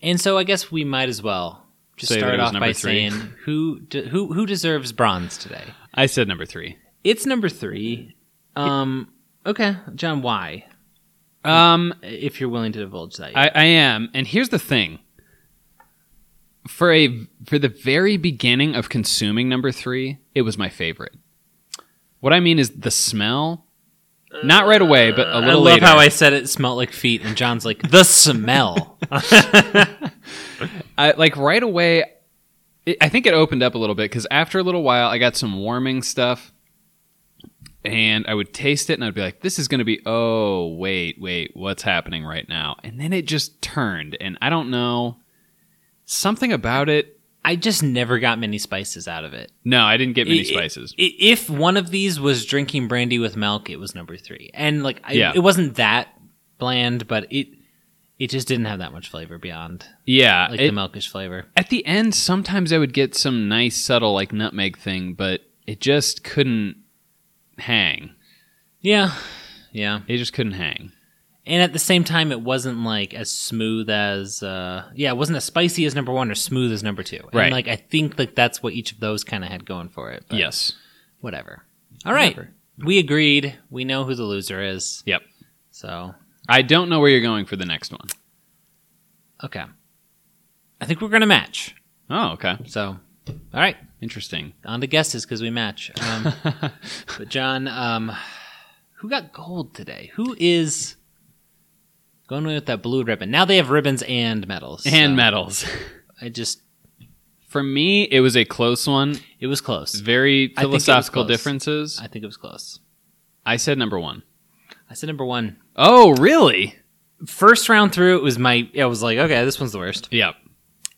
Speaker 1: and so I guess we might as well just
Speaker 2: Say that
Speaker 1: start
Speaker 2: it was
Speaker 1: off
Speaker 2: number
Speaker 1: by
Speaker 2: three.
Speaker 1: saying who de- who who deserves bronze today.
Speaker 2: I said number three.
Speaker 1: It's number three. Um. Okay, John. Why,
Speaker 2: Um,
Speaker 1: if you're willing to divulge that?
Speaker 2: I, I am, and here's the thing. For a for the very beginning of consuming number three, it was my favorite. What I mean is the smell, not right away, but a
Speaker 1: Uh, I
Speaker 2: little
Speaker 1: love
Speaker 2: later.
Speaker 1: how I said it smelled like feet, and John's like the smell.
Speaker 2: I like right away. It, I think it opened up a little bit because after a little while, I got some warming stuff, and I would taste it, and I'd be like, "This is going to be oh wait wait what's happening right now?" And then it just turned, and I don't know something about it.
Speaker 1: I just never got many spices out of it.
Speaker 2: No, I didn't get many
Speaker 1: I-
Speaker 2: spices.
Speaker 1: i- If one of these was drinking brandy with milk, it was number three, and like I,
Speaker 2: Yeah.
Speaker 1: it wasn't that bland, but it it just didn't have that much flavor beyond
Speaker 2: yeah,
Speaker 1: like
Speaker 2: it-
Speaker 1: the milkish flavor.
Speaker 2: at the end, sometimes I would get some nice subtle like nutmeg thing, but it just couldn't hang.
Speaker 1: Yeah, yeah.
Speaker 2: It just couldn't hang.
Speaker 1: and at the same time it wasn't like as smooth as uh yeah it wasn't as spicy as number one or smooth as number two and
Speaker 2: Right.
Speaker 1: like i think like that's what each of those kind of had going for it but
Speaker 2: Yes.
Speaker 1: whatever all right
Speaker 2: Whatever.
Speaker 1: we agreed we know who the loser is
Speaker 2: Yep.
Speaker 1: so
Speaker 2: I don't know where you're going for the next one.
Speaker 1: okay i think we're gonna match
Speaker 2: Oh, okay.
Speaker 1: so all right
Speaker 2: Interesting.
Speaker 1: on to guesses because we match um, but john um who got gold today who is going away with that blue ribbon now they have ribbons and medals
Speaker 2: And
Speaker 1: so
Speaker 2: medals.
Speaker 1: i just
Speaker 2: For me, it was a close one.
Speaker 1: it was close
Speaker 2: Very
Speaker 1: I think it was
Speaker 2: philosophical
Speaker 1: close.
Speaker 2: differences.
Speaker 1: I think it was close.
Speaker 2: I said number one.
Speaker 1: I said number one.
Speaker 2: Oh, really?
Speaker 1: First round through, it was my. I was like, okay, this one's the worst.
Speaker 2: Yep.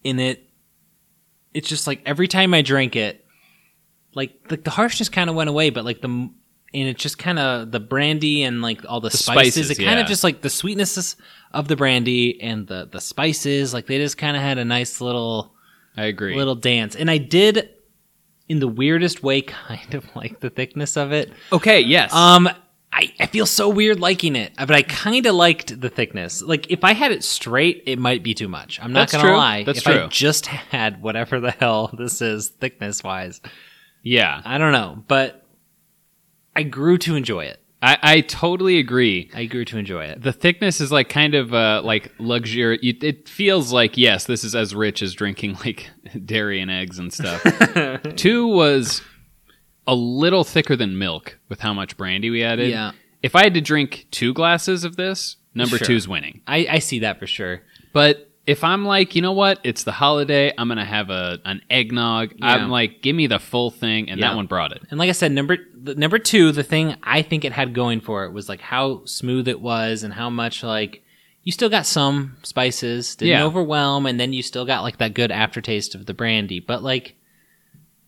Speaker 1: In it, it's just like every time I drank it, like the, the harshness kind of went away, but like the m- and it just kind of the brandy and like all the,
Speaker 2: The
Speaker 1: spices,
Speaker 2: spices,
Speaker 1: It kind
Speaker 2: yeah.
Speaker 1: of just like the sweetnesses of the brandy and the the spices. Like they just kind of had a nice little
Speaker 2: I agree.
Speaker 1: little dance, and I did in the weirdest way, kind of like the thickness of it.
Speaker 2: Okay, yes.
Speaker 1: Um, I, I feel so weird liking it, but I kind of liked the thickness. Like if I had it straight, it might be too much. I'm not
Speaker 2: That's
Speaker 1: gonna
Speaker 2: true.
Speaker 1: lie.
Speaker 2: That's
Speaker 1: if
Speaker 2: true.
Speaker 1: I just had whatever the hell this is thickness wise,
Speaker 2: yeah.
Speaker 1: I don't know, but I grew to enjoy it.
Speaker 2: I, I totally agree.
Speaker 1: I grew to enjoy it.
Speaker 2: The thickness is like kind of uh, like luxury. You, it feels like yes, this is as rich as drinking like dairy and eggs and stuff. Two was a little thicker than milk with how much brandy we added.
Speaker 1: Yeah.
Speaker 2: If I had to drink two glasses of this, number
Speaker 1: Sure.
Speaker 2: two's winning.
Speaker 1: I, I see that for sure.
Speaker 2: But if I'm like, you know what, it's the holiday, I'm gonna have a an eggnog.
Speaker 1: Yeah.
Speaker 2: I'm like, give me the full thing, and
Speaker 1: Yeah.
Speaker 2: that one brought it.
Speaker 1: And like I said, number the, number two, the thing I think it had going for it was like how smooth it was and how much like you still got some spices, didn't
Speaker 2: Yeah.
Speaker 1: overwhelm, and then you still got like that good aftertaste of the brandy. But like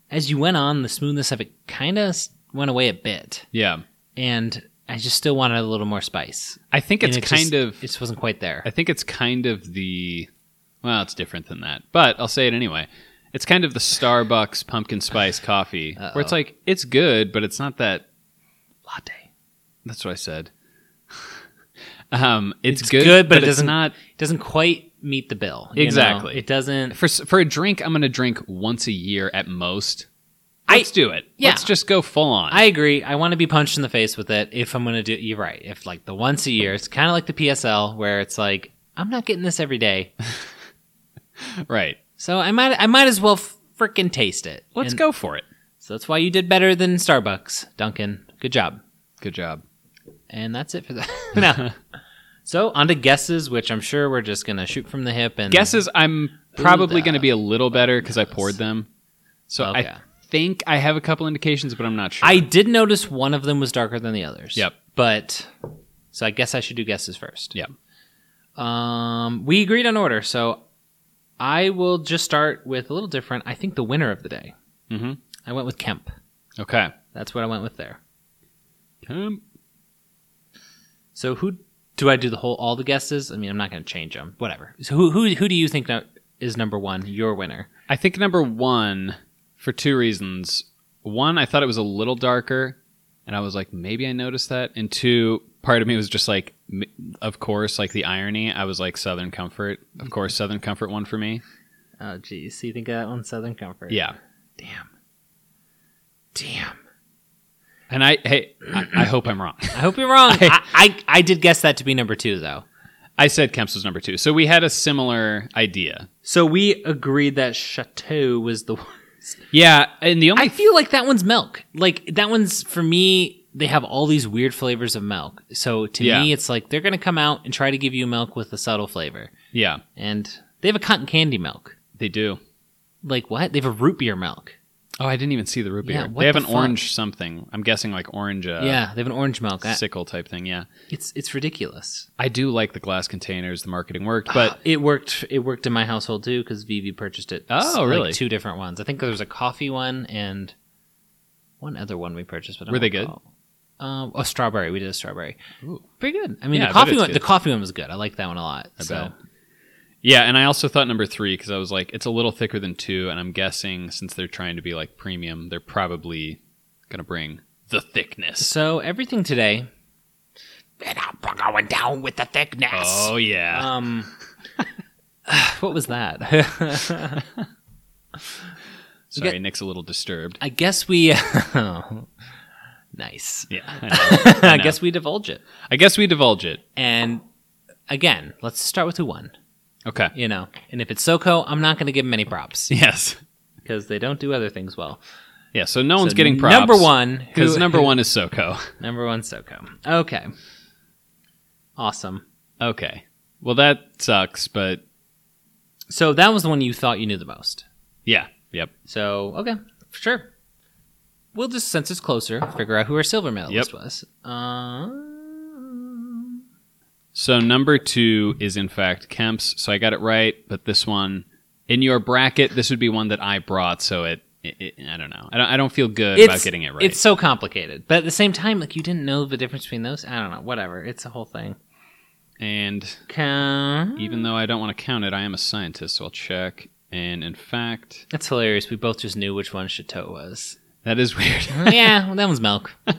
Speaker 1: as you went on, the smoothness of it kind of went away a bit,
Speaker 2: Yeah.
Speaker 1: and I just still wanted a little more spice.
Speaker 2: I think it's
Speaker 1: And it
Speaker 2: kind
Speaker 1: just-
Speaker 2: of
Speaker 1: it just wasn't quite there.
Speaker 2: I think it's kind of the well, it's different than that, but I'll say it anyway. It's kind of the Starbucks pumpkin spice coffee where it's like it's good, but it's not that.
Speaker 1: Latte
Speaker 2: That's what I said. um, it's,
Speaker 1: It's
Speaker 2: good,
Speaker 1: good, but it
Speaker 2: it's
Speaker 1: doesn't-
Speaker 2: not
Speaker 1: it doesn't quite meet the bill. you know?
Speaker 2: Exactly.
Speaker 1: it doesn't.
Speaker 2: for s- for a drink. I'm going to drink once a year at most.
Speaker 1: I-
Speaker 2: Let's do it.
Speaker 1: yeah.
Speaker 2: Let's just go full on.
Speaker 1: I agree. I want to be punched in the face with it if I'm going to do You're right. If like the once a year, it's kind of like the PSL where it's like, I'm not getting this every day.
Speaker 2: right.
Speaker 1: So I might I might as well freaking taste it.
Speaker 2: Let's
Speaker 1: And
Speaker 2: go for it.
Speaker 1: So that's why you did better than Starbucks, Duncan. Good job.
Speaker 2: Good job.
Speaker 1: And that's it for that. no. So on to guesses, which I'm sure we're just gonna shoot from the hip and
Speaker 2: Guesses I'm probably
Speaker 1: that
Speaker 2: going to be a little better because I poured them. So
Speaker 1: Okay.
Speaker 2: I think I have a couple indications, but I'm not sure.
Speaker 1: I did notice one of them was darker than the others.
Speaker 2: Yep.
Speaker 1: But so I guess I should do guesses first.
Speaker 2: Yep.
Speaker 1: Um, we agreed on order, so I will just start with a little different. I think the winner of the day.
Speaker 2: Mhm.
Speaker 1: I went with Kemp.
Speaker 2: okay.
Speaker 1: That's what I went with there.
Speaker 2: Um,
Speaker 1: So who do I do the whole all the guesses? I mean, I'm not going to change them. Whatever. So who who who do you think no, is number one? Your winner.
Speaker 2: I think number one for two reasons. One, I thought it was a little darker, and I was like, maybe I noticed that. And two, part of me was just like, m- of course, like the irony. I was like, Southern Comfort. Of course, Southern Comfort won for me.
Speaker 1: Oh, geez. So you think of that one, Southern Comfort?
Speaker 2: Yeah.
Speaker 1: Damn. Damn.
Speaker 2: And I, hey, I, I hope I'm wrong.
Speaker 1: I hope you're wrong. I, I I did guess that to be number two though.
Speaker 2: I said Kemp's was number two. So we had a similar idea.
Speaker 1: So we agreed that Chateau was the one.
Speaker 2: Yeah. And the only
Speaker 1: I feel like that one's milk. Like that one's for me. They have all these weird flavors of milk. So to
Speaker 2: Yeah.
Speaker 1: me, it's like they're gonna come out and try to give you milk with a subtle flavor.
Speaker 2: Yeah,
Speaker 1: And they have a cotton candy milk.
Speaker 2: they do.
Speaker 1: Like what? They have a root beer milk.
Speaker 2: Oh, I didn't even see the root
Speaker 1: Yeah,
Speaker 2: beer.
Speaker 1: what
Speaker 2: they have
Speaker 1: the
Speaker 2: an
Speaker 1: fuck?
Speaker 2: orange something. I'm guessing like orange uh,
Speaker 1: yeah, they have an orange milk. I-
Speaker 2: sickle type thing. Yeah.
Speaker 1: it's it's ridiculous.
Speaker 2: I do like the glass containers. The marketing worked, but
Speaker 1: it worked. It worked in my household too because Vivi purchased it.
Speaker 2: Oh,
Speaker 1: like,
Speaker 2: really?
Speaker 1: two different ones. I think there was a coffee one and one other one we purchased. But I
Speaker 2: Were they
Speaker 1: don't
Speaker 2: good?
Speaker 1: recall. Um, oh, strawberry. We did a strawberry.
Speaker 2: Ooh.
Speaker 1: Pretty good. I mean,
Speaker 2: Yeah, I
Speaker 1: the
Speaker 2: bet
Speaker 1: coffee
Speaker 2: it's
Speaker 1: one.
Speaker 2: good.
Speaker 1: The coffee one was good. I like that one a lot.
Speaker 2: I
Speaker 1: so
Speaker 2: bet. yeah. And I also thought number three because I was like, it's a little thicker than two, and I'm guessing since they're trying to be like premium, they're probably gonna bring the thickness.
Speaker 1: so everything today. And I'm going down with the thickness.
Speaker 2: Oh yeah.
Speaker 1: Um, what was that?
Speaker 2: Sorry,
Speaker 1: get-
Speaker 2: Nick's a little disturbed.
Speaker 1: I guess we. nice.
Speaker 2: Yeah. I, know.
Speaker 1: I
Speaker 2: know.
Speaker 1: guess we divulge it.
Speaker 2: I guess we divulge it.
Speaker 1: And again, let's start with who won.
Speaker 2: Okay.
Speaker 1: You know, and if it's SoCo, I'm not going to give them any props
Speaker 2: Yes.
Speaker 1: because they don't do other things well.
Speaker 2: Yeah. So no one's
Speaker 1: So
Speaker 2: getting props.
Speaker 1: Number one, who-
Speaker 2: because number one is Soko.
Speaker 1: number one, SoCo. Okay, awesome.
Speaker 2: Okay. Well, that sucks, but
Speaker 1: So that was the one you thought you knew the most.
Speaker 2: yeah. Yep.
Speaker 1: So okay, sure. We'll just since it's closer, figure out who our silver medalist
Speaker 2: Yep.
Speaker 1: was. Uh, Um,
Speaker 2: So number two is in fact Kemp's. So I got it right, but this one in your bracket, this would be one that I brought. So it, it, it- I don't know. I don't. I don't feel good about getting it right.
Speaker 1: It's so complicated, but at the same time, like you didn't know the difference between those. I don't know. Whatever. It's a whole thing.
Speaker 2: and
Speaker 1: Count.
Speaker 2: even though I don't want to count it, I am a scientist, so I'll check. And in fact,
Speaker 1: That's hilarious. We both just knew which one Chateau was.
Speaker 2: that is weird.
Speaker 1: yeah, well, that one's milk.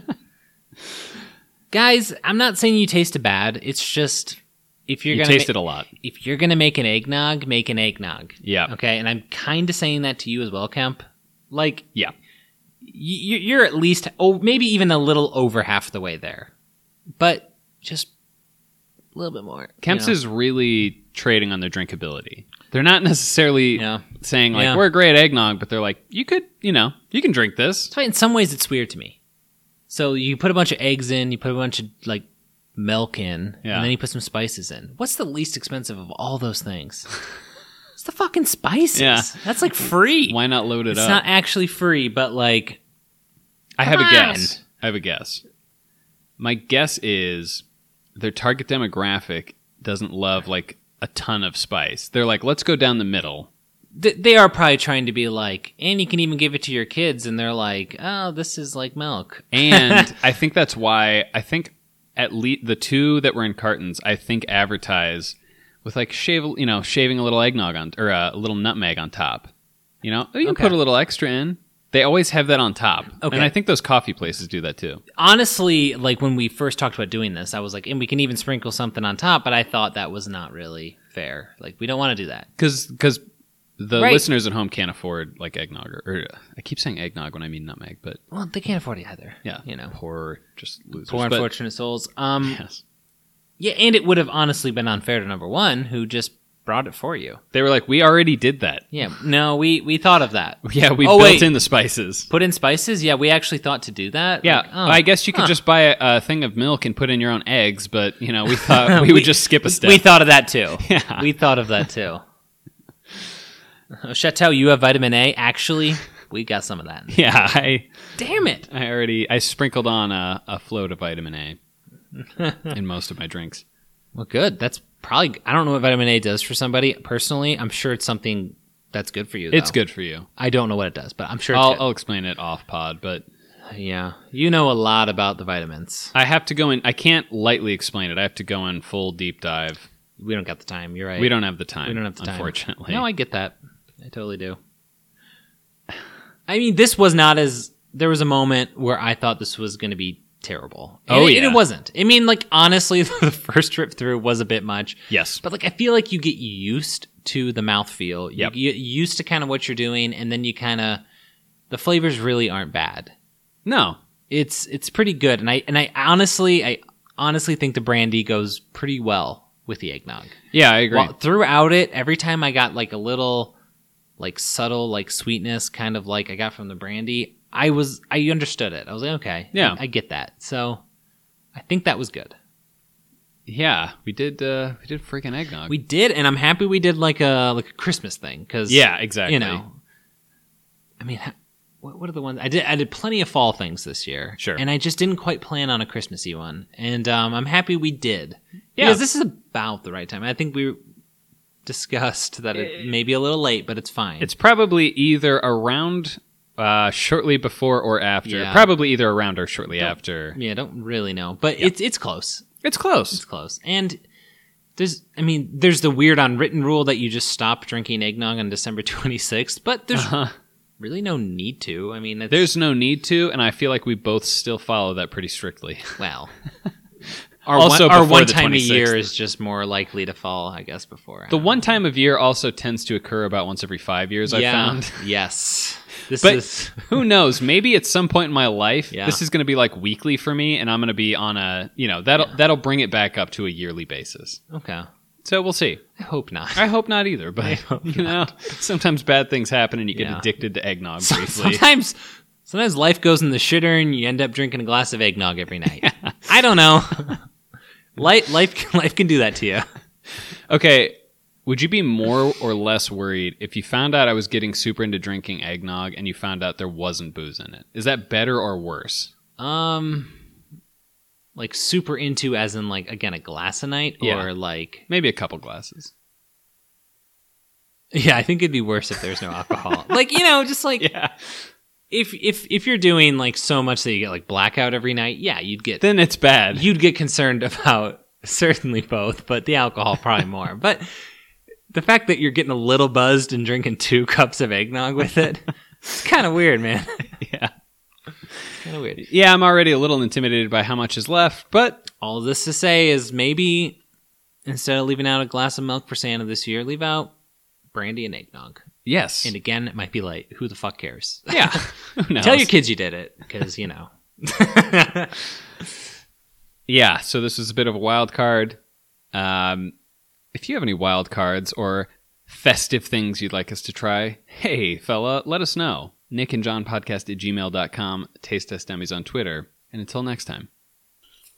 Speaker 1: Guys, I'm not saying you tasted bad. It's just if you're
Speaker 2: you
Speaker 1: gonna
Speaker 2: taste
Speaker 1: ma-
Speaker 2: it a lot.
Speaker 1: if you're gonna make an eggnog, make an eggnog.
Speaker 2: Yeah.
Speaker 1: Okay, and I'm kind of saying that to you as well, Kemp. Like,
Speaker 2: Yeah.
Speaker 1: y- y- you're at least, oh, maybe even a little over half the way there, but just a little bit more.
Speaker 2: Kemp's
Speaker 1: you know?
Speaker 2: is really trading on their drinkability. They're not necessarily
Speaker 1: Yeah.
Speaker 2: saying like
Speaker 1: Yeah.
Speaker 2: we're great eggnog, but they're like you could, you know, you can drink this.
Speaker 1: That's why in some ways it's weird to me. So you put a bunch of eggs in, you put a bunch of like milk in,
Speaker 2: Yeah.
Speaker 1: and then you put some spices in. What's the least expensive of all those things? it's the fucking spices.
Speaker 2: Yeah.
Speaker 1: That's like free.
Speaker 2: Why not load it
Speaker 1: it's
Speaker 2: up?
Speaker 1: not actually free, but like
Speaker 2: I have a
Speaker 1: Come
Speaker 2: guess. I have a guess. My guess is their target demographic doesn't love like a ton of spice. They're like, let's go down the middle.
Speaker 1: th- they are probably trying to be like, and you can even give it to your kids, and they're like, oh, this is like milk.
Speaker 2: And I think that's why I think at least the two that were in cartons, I think advertise with like shave, you know, shaving a little eggnog on or uh, a little nutmeg on top. You know, you can
Speaker 1: Okay.
Speaker 2: put a little extra in. They always have that on top.
Speaker 1: Okay.
Speaker 2: And I think those coffee places do that too.
Speaker 1: Honestly, like when we first talked about doing this, I was like, and we can even sprinkle something on top, but I thought that was not really fair. Like we don't want to do that.
Speaker 2: because because the
Speaker 1: Right.
Speaker 2: listeners at home can't afford like eggnog or, or I keep saying eggnog when I mean nutmeg, but
Speaker 1: Well, they can't afford it either.
Speaker 2: yeah,
Speaker 1: you know,
Speaker 2: poor just losers.
Speaker 1: poor
Speaker 2: but-
Speaker 1: unfortunate souls. Um,
Speaker 2: yes,
Speaker 1: yeah, and it would have honestly been unfair to number one, who just
Speaker 2: brought it for you. They were like, we already did that.
Speaker 1: Yeah. No, we we thought of that.
Speaker 2: Yeah, we
Speaker 1: Oh,
Speaker 2: built
Speaker 1: wait.
Speaker 2: in the spices.
Speaker 1: Put in spices? Yeah, we actually thought to do that.
Speaker 2: Yeah,
Speaker 1: Like, oh,
Speaker 2: I guess you could
Speaker 1: huh.
Speaker 2: just buy a, a thing of milk and put in your own eggs, but you know, we thought we, would just skip a step.
Speaker 1: We thought of that too.
Speaker 2: Yeah.
Speaker 1: We thought of that too. Oh, Chateau, you have vitamin A? Actually, we got some of that.
Speaker 2: yeah, I
Speaker 1: Damn it.
Speaker 2: I already I sprinkled on a, a float of vitamin A in most of my drinks.
Speaker 1: Well, good. That's probably, I don't know what vitamin A does for somebody personally. I'm sure it's something that's good for you.
Speaker 2: It's
Speaker 1: though.
Speaker 2: good for you.
Speaker 1: I don't know what it does, but I'm sure it's
Speaker 2: I'll,
Speaker 1: good.
Speaker 2: I'll explain it off pod, but
Speaker 1: Yeah. You know a lot about the vitamins.
Speaker 2: I have to go in. I can't lightly explain it. I have to go in full deep dive.
Speaker 1: We don't got the time. You're right.
Speaker 2: We don't have the time.
Speaker 1: We don't have the time.
Speaker 2: unfortunately.
Speaker 1: No, I get that. I totally do. I mean, this was not as. There was a moment where I thought this was going to be terrible. And
Speaker 2: Oh,
Speaker 1: it, and
Speaker 2: yeah.
Speaker 1: it wasn't. I mean, like honestly, the first trip through was a bit much.
Speaker 2: yes,
Speaker 1: But like, I feel like you get used to the mouthfeel. You
Speaker 2: Yep.
Speaker 1: get used to kind of what you're doing, and then you kind of the flavors really aren't bad.
Speaker 2: no.
Speaker 1: It's it's pretty good, and I and I honestly I honestly think the brandy goes pretty well with the eggnog.
Speaker 2: Yeah, I agree.
Speaker 1: Well, throughout it, every time I got like a little, like subtle, like sweetness, kind of like I got from the brandy, I was I understood it. I was like, okay,
Speaker 2: Yeah.
Speaker 1: I, I get that. So, I think that was good.
Speaker 2: yeah, we did. Uh, we did freaking eggnog.
Speaker 1: We did, and I'm happy we did like a like a Christmas thing because
Speaker 2: yeah, exactly.
Speaker 1: you know, I mean. ha- What what are the ones I did? I did plenty of fall things this year,
Speaker 2: Sure.
Speaker 1: and I just didn't quite plan on a Christmassy one, and um, I'm happy we did.
Speaker 2: Yeah.
Speaker 1: because this is about the right time. I think we discussed that it may be a little late, but it's fine.
Speaker 2: Eh. It's probably either around uh, shortly before or after.
Speaker 1: Yeah.
Speaker 2: Probably either around or shortly after.
Speaker 1: Yeah, don't really know, but it's it's close.
Speaker 2: It's close.
Speaker 1: It's close. And there's, I mean, there's the weird unwritten rule that you just stop drinking eggnog on December 26th, but there's
Speaker 2: Uh-huh.
Speaker 1: really no need to. I mean, it's,
Speaker 2: There's no need to, and I feel like we both still follow that pretty strictly.
Speaker 1: well, our
Speaker 2: Also
Speaker 1: one, our
Speaker 2: before
Speaker 1: one
Speaker 2: the
Speaker 1: time a
Speaker 2: 26th.
Speaker 1: year is just more likely to fall, I guess, before I
Speaker 2: The
Speaker 1: don't
Speaker 2: one time of year also tends to occur about once every five years.
Speaker 1: know.
Speaker 2: I found.
Speaker 1: yes, this
Speaker 2: But-
Speaker 1: is
Speaker 2: Who knows? Maybe at some point in my life,
Speaker 1: Yeah.
Speaker 2: this is going to be like weekly for me, and I'm going to be on a you know that'll that'll bring it back up to a yearly basis.
Speaker 1: okay.
Speaker 2: So we'll see.
Speaker 1: I hope not.
Speaker 2: I hope not either, but
Speaker 1: hope
Speaker 2: you know, sometimes bad things happen and you get
Speaker 1: Yeah.
Speaker 2: addicted to eggnog
Speaker 1: Some-
Speaker 2: briefly.
Speaker 1: Sometimes, sometimes life goes in the shitter, and you end up drinking a glass of eggnog every night. I don't know. life, life, can- life can do that to you.
Speaker 2: Okay, would you be more or less worried if you found out I was getting super into drinking eggnog and you found out there wasn't booze in it? Is that better or worse?
Speaker 1: Um, like super into, as in like again a glass a night,
Speaker 2: Yeah.
Speaker 1: or like
Speaker 2: Maybe a couple glasses.
Speaker 1: yeah, I think it'd be worse if there's no alcohol. like you know, just like
Speaker 2: Yeah.
Speaker 1: if if if you're doing like so much that you get like blackout every night, yeah, you'd get
Speaker 2: Then it's bad.
Speaker 1: you'd get concerned about certainly both, but the alcohol probably more. But the fact that you're getting a little buzzed and drinking two cups of eggnog with it, it's kind of weird, man.
Speaker 2: Yeah.
Speaker 1: It's kind of weird.
Speaker 2: Yeah, I'm already a little intimidated by how much is left, but
Speaker 1: All this to say is maybe instead of leaving out a glass of milk for Santa this year, leave out brandy and eggnog.
Speaker 2: yes.
Speaker 1: And again, it might be late. Who the fuck cares?
Speaker 2: yeah. Who knows?
Speaker 1: Tell your kids you did it because, you know.
Speaker 2: Yeah, so this is a bit of a wild card. Um, if you have any wild cards or festive things you'd like us to try, hey, fella, let us know. Nick and John podcast at gmail.com, taste test dummies on Twitter. And until next time.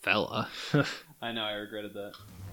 Speaker 1: Fella.
Speaker 2: I know, I regretted that.